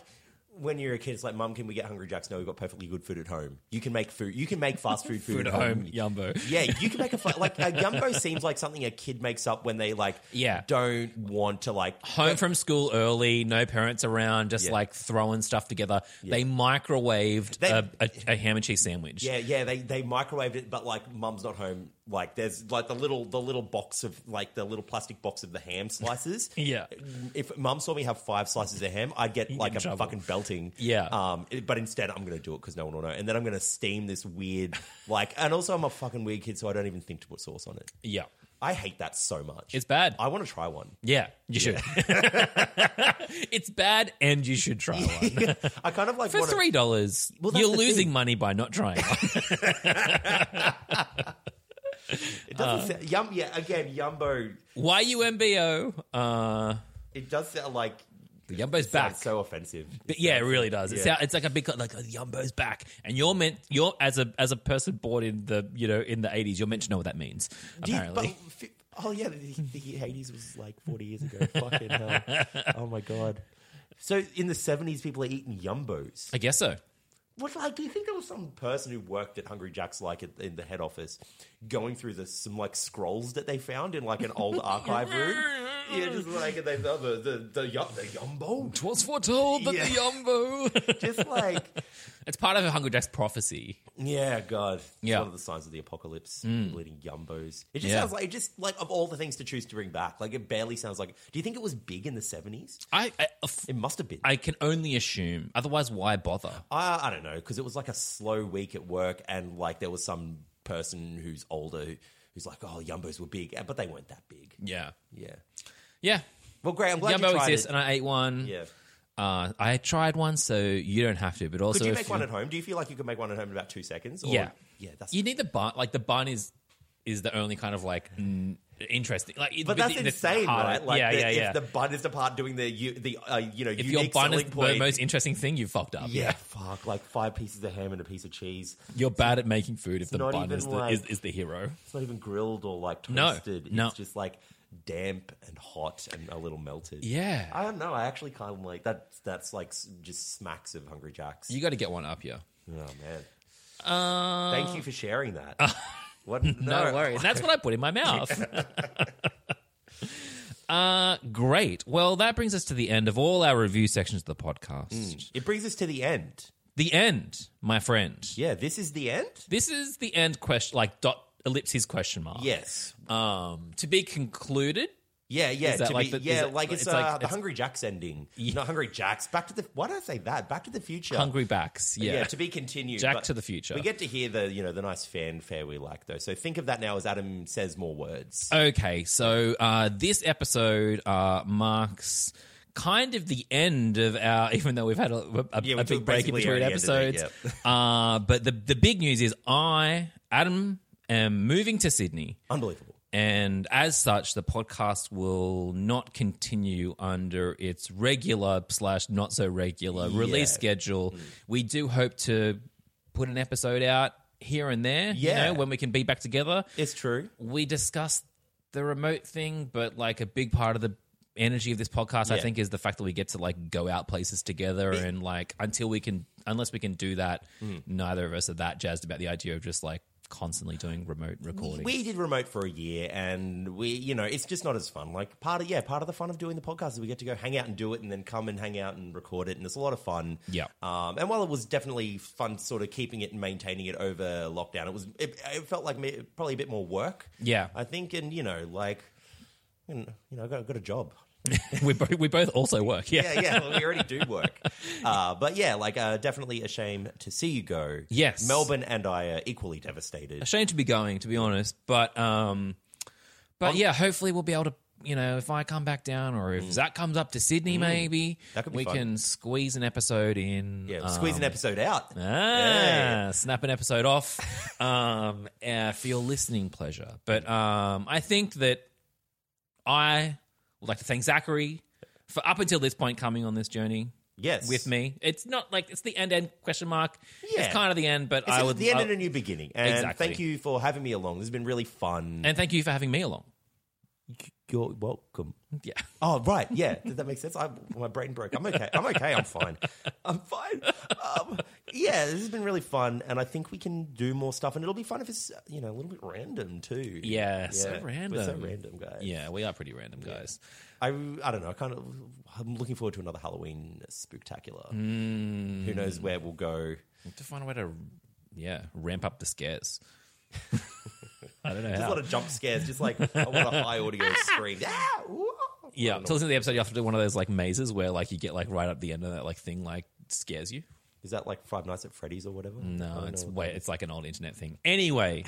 S2: when you're a kid, it's like, Mum, can we get Hungry Jacks? No, we've got perfectly good food at home. You can make food. You can make fast food food,
S1: Food at home, Yumbo.
S2: Yeah, you can make a fu- like a yumbo seems like something a kid makes up when they like
S1: Yeah.
S2: don't want to like
S1: home from school early, no parents around, just
S2: Yeah.
S1: like throwing stuff together. They microwaved
S2: They-
S1: a, a, a ham and cheese sandwich.
S2: yeah yeah they they microwaved it, but like Mum's not home. Like there's like the little the little box of like the little plastic box of the ham slices.
S1: Yeah.
S2: if Mum saw me have five slices of ham, I'd get like
S1: in
S2: a
S1: trouble.
S2: fucking belting.
S1: Yeah.
S2: Um, it- but instead, I'm going to do it because no one will know. And then I'm going to steam this weird, like, and also I'm a fucking weird kid, so I don't even think to put sauce on it.
S1: Yeah.
S2: I hate that so much.
S1: It's bad.
S2: I want to try one.
S1: yeah, you should. it's bad, and you should try one.
S2: I kind of like
S1: For
S2: wanna-
S1: three dollars,
S2: that's
S1: you're
S2: the
S1: losing
S2: thing.
S1: money by not trying. one.
S2: It doesn't
S1: Uh.
S2: sound, yum. Yeah, again, Yumbo.
S1: Why you MBO? Uh,
S2: It does sound like
S1: the Yumbo's back.
S2: sounds so offensive.
S1: But yeah, it really does. It's,
S2: Yeah.
S1: how- it's like a big like a Yumbo's back, and you're meant you're as a as a person born in the you know in the eighties, you're meant to know what that means.
S2: Do you-
S1: Apparently,
S2: but fi- oh yeah, the, the Hades was like forty years ago. Fucking hell! Oh my god. So in the seventies, people are eating yumbos.
S1: I guess so.
S2: What like? Do you think there was some person who worked at Hungry Jack's, like at, in the head office, going through the some like scrolls that they found in like an old archive room? Yeah, just like they, the the the, the, yum, the yumbo,
S1: Twas foretold that
S2: Yeah.
S1: the Yumbo.
S2: just like
S1: It's part of a Hungry Jack's prophecy.
S2: yeah, God, It's
S1: Yeah. Mm.
S2: one of the signs of the apocalypse. People eating yumbos. It just
S1: Yeah.
S2: sounds like it just like of all the things to choose to bring back, like it barely sounds like. Do you think it was big in the seventies?
S1: I I, f-
S2: It must have been. I,
S1: I can only assume. Otherwise, why bother?
S2: I, don't know because it was like a slow week at work, and like there was some person who's older who, who's like, "Oh, Yumbos were big," but they weren't that big.
S1: Yeah,
S2: Yeah.
S1: yeah.
S2: Well, great. I'm glad you
S1: Yumbo
S2: tried
S1: exists,
S2: it.
S1: and I ate one.
S2: yeah.
S1: Uh, I tried one, so you don't have to. But also,
S2: Could you
S1: if
S2: make one at home? Do you feel like you could make one at home in about two seconds? Or,
S1: Yeah,
S2: yeah, that's
S1: you need the bun. Like the bun is is the only kind of like n- interesting. Like, it-
S2: But that's
S1: the- the
S2: insane,
S1: harder-
S2: right? Like
S1: yeah,
S2: the,
S1: yeah, yeah.
S2: If the bun is the part doing the you, the uh, you know
S1: If
S2: unique
S1: your bun is
S2: selling point,
S1: the most interesting thing, you fucked up.
S2: yeah, fuck, like five pieces of ham and a piece of cheese.
S1: You're bad at making food if the
S2: not
S1: bun
S2: even
S1: is the,
S2: like-
S1: is, is the hero.
S2: It's not even grilled or like
S1: No,
S2: toasted.
S1: no.
S2: It's just like damp and hot and a little melted.
S1: Yeah.
S2: I don't know. I actually kind of like that. That's like s- just smacks of Hungry Jack's.
S1: You got to get one up here.
S2: oh man. Thank you for sharing that. what?
S1: Uh, No, worries. That's what I put in my mouth. uh, great. Well, that brings us to the end of all our review sections of the podcast.
S2: It brings us to the end.
S1: The end, my friend.
S2: Yeah, this is the end.
S1: This is the end question, like dot ellipses question mark.
S2: Yes.
S1: Um, to be concluded.
S2: Yeah, yeah,
S1: that
S2: to
S1: like
S2: be,
S1: the- is
S2: yeah,
S1: it-
S2: like it's,
S1: it's
S2: uh,
S1: like-
S2: the
S1: it's-
S2: Hungry Jack's ending. Not Hungry Jack's. Back to the. Why did I say that? Back to the Future.
S1: Hungry backs. Yeah.
S2: yeah. to be continued.
S1: Jack
S2: but
S1: to the Future.
S2: We get to hear the you know the nice fanfare we like though. So think of that now as Adam says more words.
S1: Okay, so uh, this episode uh, marks kind of the end of our, even though we've had a, a,
S2: Yeah, we
S1: a
S2: took
S1: big break in
S2: basically
S1: between
S2: already ended it,
S1: episodes. uh, but the the big news is I, Adam, am moving to Sydney,
S2: Unbelievable.
S1: and as such, the podcast will not continue under its regular slash not so regular release
S2: Yeah. Mm.
S1: schedule. We do hope to put an episode out here and there,
S2: Yeah.
S1: you know, when we can be back together
S2: It's true.
S1: we discussed the remote thing, but like a big part of the energy of this podcast, I
S2: Yeah.
S1: think, is the fact that we get to like go out places together and like until we can, unless we can do that,
S2: Mm.
S1: neither of us are that jazzed about the idea of just like constantly doing remote recording.
S2: We did remote for a year, and we you know it's just not as fun. Like part of yeah, part of the fun of doing the podcast is we get to go hang out and do it, and then come and hang out and record it, and it's a lot of fun.
S1: Yeah.
S2: Um, and while it was definitely fun, sort of keeping it and maintaining it over lockdown, it was it, it felt like me, probably a bit more work.
S1: Yeah.
S2: I think, and you know, like you know, you know, I got, I got a job.
S1: we both we both also work. Yeah.
S2: yeah, yeah. Well, we already do work. Uh, but yeah, like uh, definitely a shame to see you go.
S1: Yes.
S2: Melbourne and I are equally devastated.
S1: Shame to be going, to be honest. But um but yeah, hopefully we'll be able to you know, if I come back down or if Zach comes up to Sydney maybe
S2: Mm. That could be
S1: we
S2: fun.
S1: can squeeze an episode in.
S2: Yeah,
S1: um,
S2: squeeze an episode out.
S1: Ah, snap an episode off um, uh, for your listening pleasure. But um, I think that I would like to thank Zachary for up until this point coming on this journey
S2: Yes,
S1: with me. It's not like it's the end end question mark.
S2: Yeah.
S1: It's kind of the end, but
S2: It's
S1: I would
S2: the end
S1: I-
S2: and a new beginning. And
S1: Exactly.
S2: thank you for having me along. This has been really fun.
S1: and thank you for having me along.
S2: You're welcome.
S1: Yeah.
S2: Oh right, yeah. Did that make sense? I, my brain broke. I'm okay. I'm okay. I'm fine. I'm fine. Um, yeah, this has been really fun, and I think we can do more stuff. And it'll be fun if it's you know a little bit random too.
S1: Yeah, so
S2: We're so
S1: random.
S2: random, guys.
S1: Yeah, we are pretty random guys.
S2: I, I don't know. I kind of I'm looking forward to another Halloween spooktacular.
S1: Hmm.
S2: Who knows where we'll go?
S1: We have to find a way to yeah, ramp up the scares. I don't know
S2: There's
S1: how.
S2: a lot of jump scares. Just like I want a high audio scream. Ah, ooh.
S1: Yeah, to listen to the episode, you have to do one of those like mazes where like you get like right up the end and that like thing like scares you.
S2: Is that like Five Nights at Freddy's or whatever?
S1: No, it's wait, it's like an old internet thing. Anyway.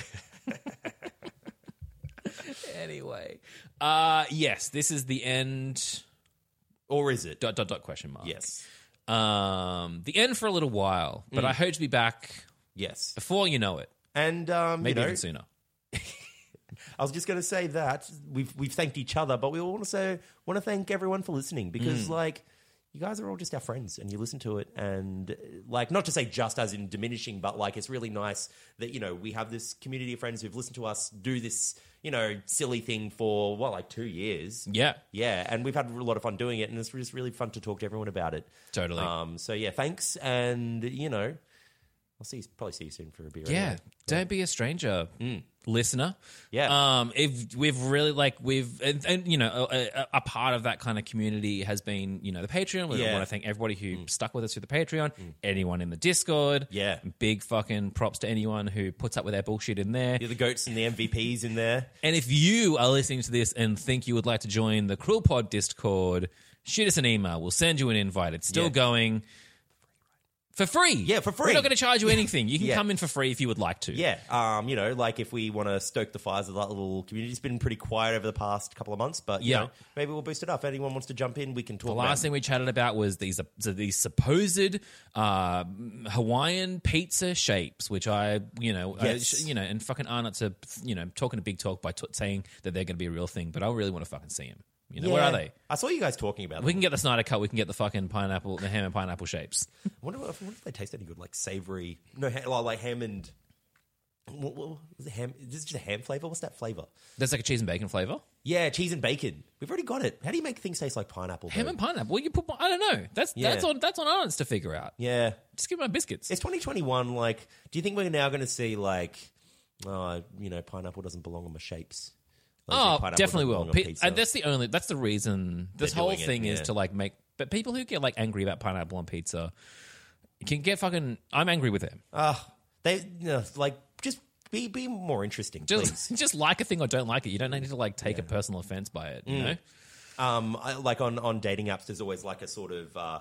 S1: anyway, uh, yes, this is the end.
S2: Or is it?
S1: Dot dot dot question mark.
S2: Yes.
S1: um, the end for a little while,
S2: Mm.
S1: but I hope to be back
S2: Yes.
S1: before you know it,
S2: And um,
S1: maybe
S2: you know,
S1: even sooner.
S2: I was just going to say that we've we've thanked each other, but we also want to thank everyone for listening
S1: Mm.
S2: because like. You guys are all just our friends, and you listen to it, and uh, like not to say just as in diminishing, but like it's really nice that you know we have this community of friends who've listened to us do this you know silly thing for what like two years,
S1: Yeah,
S2: yeah, and we've had a lot of fun doing it, and it's just really fun to talk to everyone about it.
S1: Totally.
S2: Um, so yeah, thanks, and you know, I'll see you, probably see you soon for a beer.
S1: yeah.
S2: anyway.
S1: Don't be a stranger, listener.
S2: Mm. Yeah.
S1: Um, if we've really like we've and, and you know a, a, a part of that kind of community has been you know the Patreon. We
S2: Yeah. Mm.
S1: want to thank everybody who stuck with us through the Patreon. Anyone in the Discord.
S2: Yeah.
S1: Big fucking props to anyone who puts up with our bullshit in there.
S2: You're the goats and the MVPs in there.
S1: And if you are listening to this and think you would like to join the Krill Pod Discord, shoot us an email. We'll send you an invite. It's still
S2: Yeah.
S1: going. for free.
S2: Yeah, for free.
S1: We're not going to charge you anything. You can
S2: Yeah.
S1: come in for free if you would like to.
S2: Yeah, um, you know, like if we want to stoke the fires of that little community, it's been pretty quiet over the past couple of months, but you
S1: Yeah.
S2: know, maybe we'll boost it up. If anyone wants to jump in, we can talk.
S1: The last thing we chatted about was these so these supposed uh, Hawaiian pizza shapes, which I you know I-
S2: Yes.
S1: you know and fucking Arnott's are you know talking a big talk by t- saying that they're going to be a real thing, but I really want to fucking see them. You know where are they?
S2: I saw you guys talking about.
S1: We can
S2: Them.
S1: get the Snyder cut. We can get the fucking pineapple, the ham and pineapple shapes.
S2: I wonder, I wonder if they taste any good, like savory. No, ha- like, like ham and. What, what was it ham? Is this just a ham flavor? What's that flavor?
S1: There's like a cheese and bacon flavor.
S2: Yeah, cheese and bacon. We've already got it. How do you make things taste like pineapple?
S1: Ham
S2: though?
S1: and pineapple. Well, you put. I don't know. That's
S2: Yeah.
S1: that's on that's on Arnott's to figure out.
S2: yeah,
S1: Just give my biscuits.
S2: it's 2021. Like, do you think we're now going to see like, uh, you know, pineapple doesn't belong on my shapes? Like,
S1: Oh,
S2: pineapple
S1: definitely
S2: doesn't
S1: will.
S2: belong on
S1: Pe-
S2: pizza.
S1: and that's the only. That's the reason. This
S2: They're
S1: whole
S2: doing it,
S1: thing is
S2: yeah.
S1: to like make. But people who get like angry about pineapple on pizza can get fucking. I'm angry with them.
S2: Ah, they you know, like just be be more interesting, please.
S1: Just just like a thing or don't like it. You don't need to like take a personal offense by it. You
S2: Mm.
S1: know.
S2: Um, I, like on on dating apps, there's always like a sort of uh,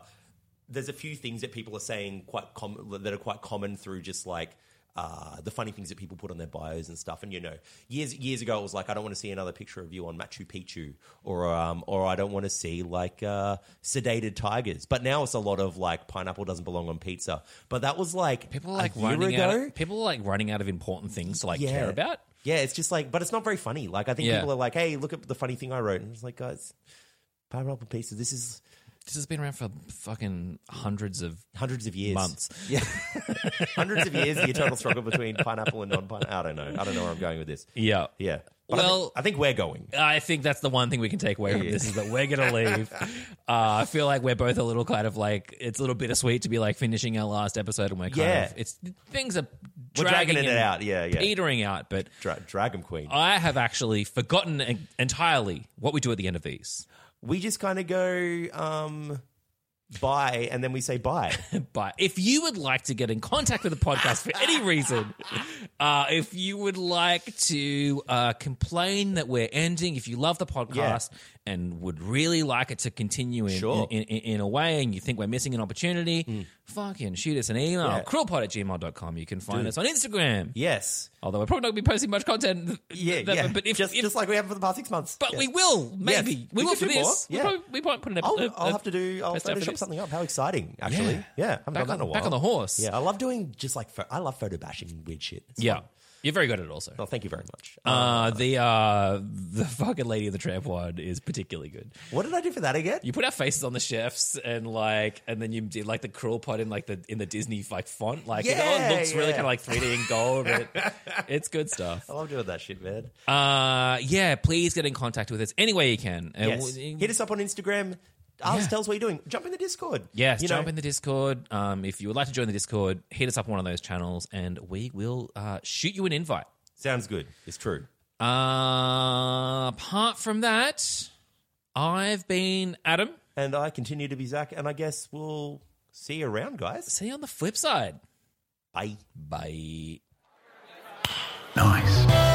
S2: there's a few things that people are saying quite com- that are quite common through just like. Uh, the funny things that people put on their bios and stuff, and you know, years years ago, it was like I don't want to see another picture of you on Machu Picchu, or um, or I don't want to see like uh, sedated tigers. But now it's a lot of like pineapple doesn't belong on pizza. But that was like
S1: People are like
S2: a year
S1: running
S2: ago.
S1: out. Of, people are like running out of important things to like care about.
S2: Yeah, it's just like, but it's not very funny. Like I think
S1: Yeah.
S2: people are like, "Hey, look at the funny thing I wrote," and it's like, guys, pineapple pizza. This is
S1: This has been around for fucking hundreds of
S2: hundreds of years,
S1: months.
S2: yeah, hundreds of years. The eternal struggle between pineapple and non-pineapple. I don't know. I don't know where I'm going with this.
S1: Yeah.
S2: Yeah. But I think-
S1: Well-
S2: I think, we're going.
S1: I think that's the one thing we can take away from this is that we're gonna leave. uh, I feel like we're both a little kind of like it's a little bittersweet to be like finishing our last episode and we're kind
S2: Yeah.
S1: of it's things are
S2: We're
S1: dragging
S2: dragging it
S1: and
S2: out. Yeah, yeah.
S1: petering out. But
S2: Dra- Dragon Queen.
S1: I have actually forgotten en- entirely what we do at the end of these.
S2: we just kind of go um, bye, and then we say bye.
S1: But if you would like to get in contact with the podcast for any reason, uh, if you would like to uh, complain that we're ending, if you love the podcast and would really like it to continue in,
S2: Sure. Hmm.
S1: in, in, in a way and you think we're missing an opportunity, fucking shoot us an email,
S2: Yeah.
S1: krillpod at gmail.com. You can find us on Instagram.
S2: yes.
S1: Although we're probably not going to be posting much content.
S2: Yeah.
S1: that-
S2: yeah.
S1: But, if,
S2: just,
S1: if-
S2: just like we have for the past six months.
S1: but
S2: Yeah.
S1: we will, maybe.
S2: Yes.
S1: We,
S2: We
S1: will
S2: could
S1: for
S2: do more.
S1: this.
S2: Yeah.
S1: We'll probably, we might put an
S2: I'll,
S1: episode.
S2: I'll have to do. I'll
S1: best out for
S2: Photoshop
S1: this.
S2: something up. How exciting! Actually, yeah, I haven't
S1: Back
S2: done that in a
S1: on-
S2: while.
S1: back on the horse.
S2: Yeah, I love doing just like pho- I love photo bashing and weird shit. It's
S1: Yeah.
S2: fun.
S1: You're very good at it also.
S2: Well, thank you very much. Um,
S1: Uh, the uh, the fucking lady of the tramp one is particularly good.
S2: what did I do for that again?
S1: You put our faces on the chefs and like, and then you did like the crawl pot in like the in the Disney like font, like it all
S2: Yeah,
S1: looks really kind
S2: yeah.
S1: of like 3D and gold. But it's good stuff.
S2: I love doing that shit, man.
S1: Uh, yeah, please get in contact with us any way you can. And
S2: yes,
S1: w-
S2: hit us up on Instagram. Ask
S1: Yeah.
S2: tell us what you're doing. Jump in the Discord.
S1: Yes,
S2: you
S1: jump
S2: know,
S1: in the Discord. Um, if you would like to join the Discord, hit us up on one of those channels, and we will uh, shoot you an invite.
S2: sounds good. It's true.
S1: Uh, apart from that, I've been Adam.
S2: And I continue to be Zach, and I guess we'll see you around, guys.
S1: See you on the flip side.
S2: Bye.
S1: Bye.
S3: Nice.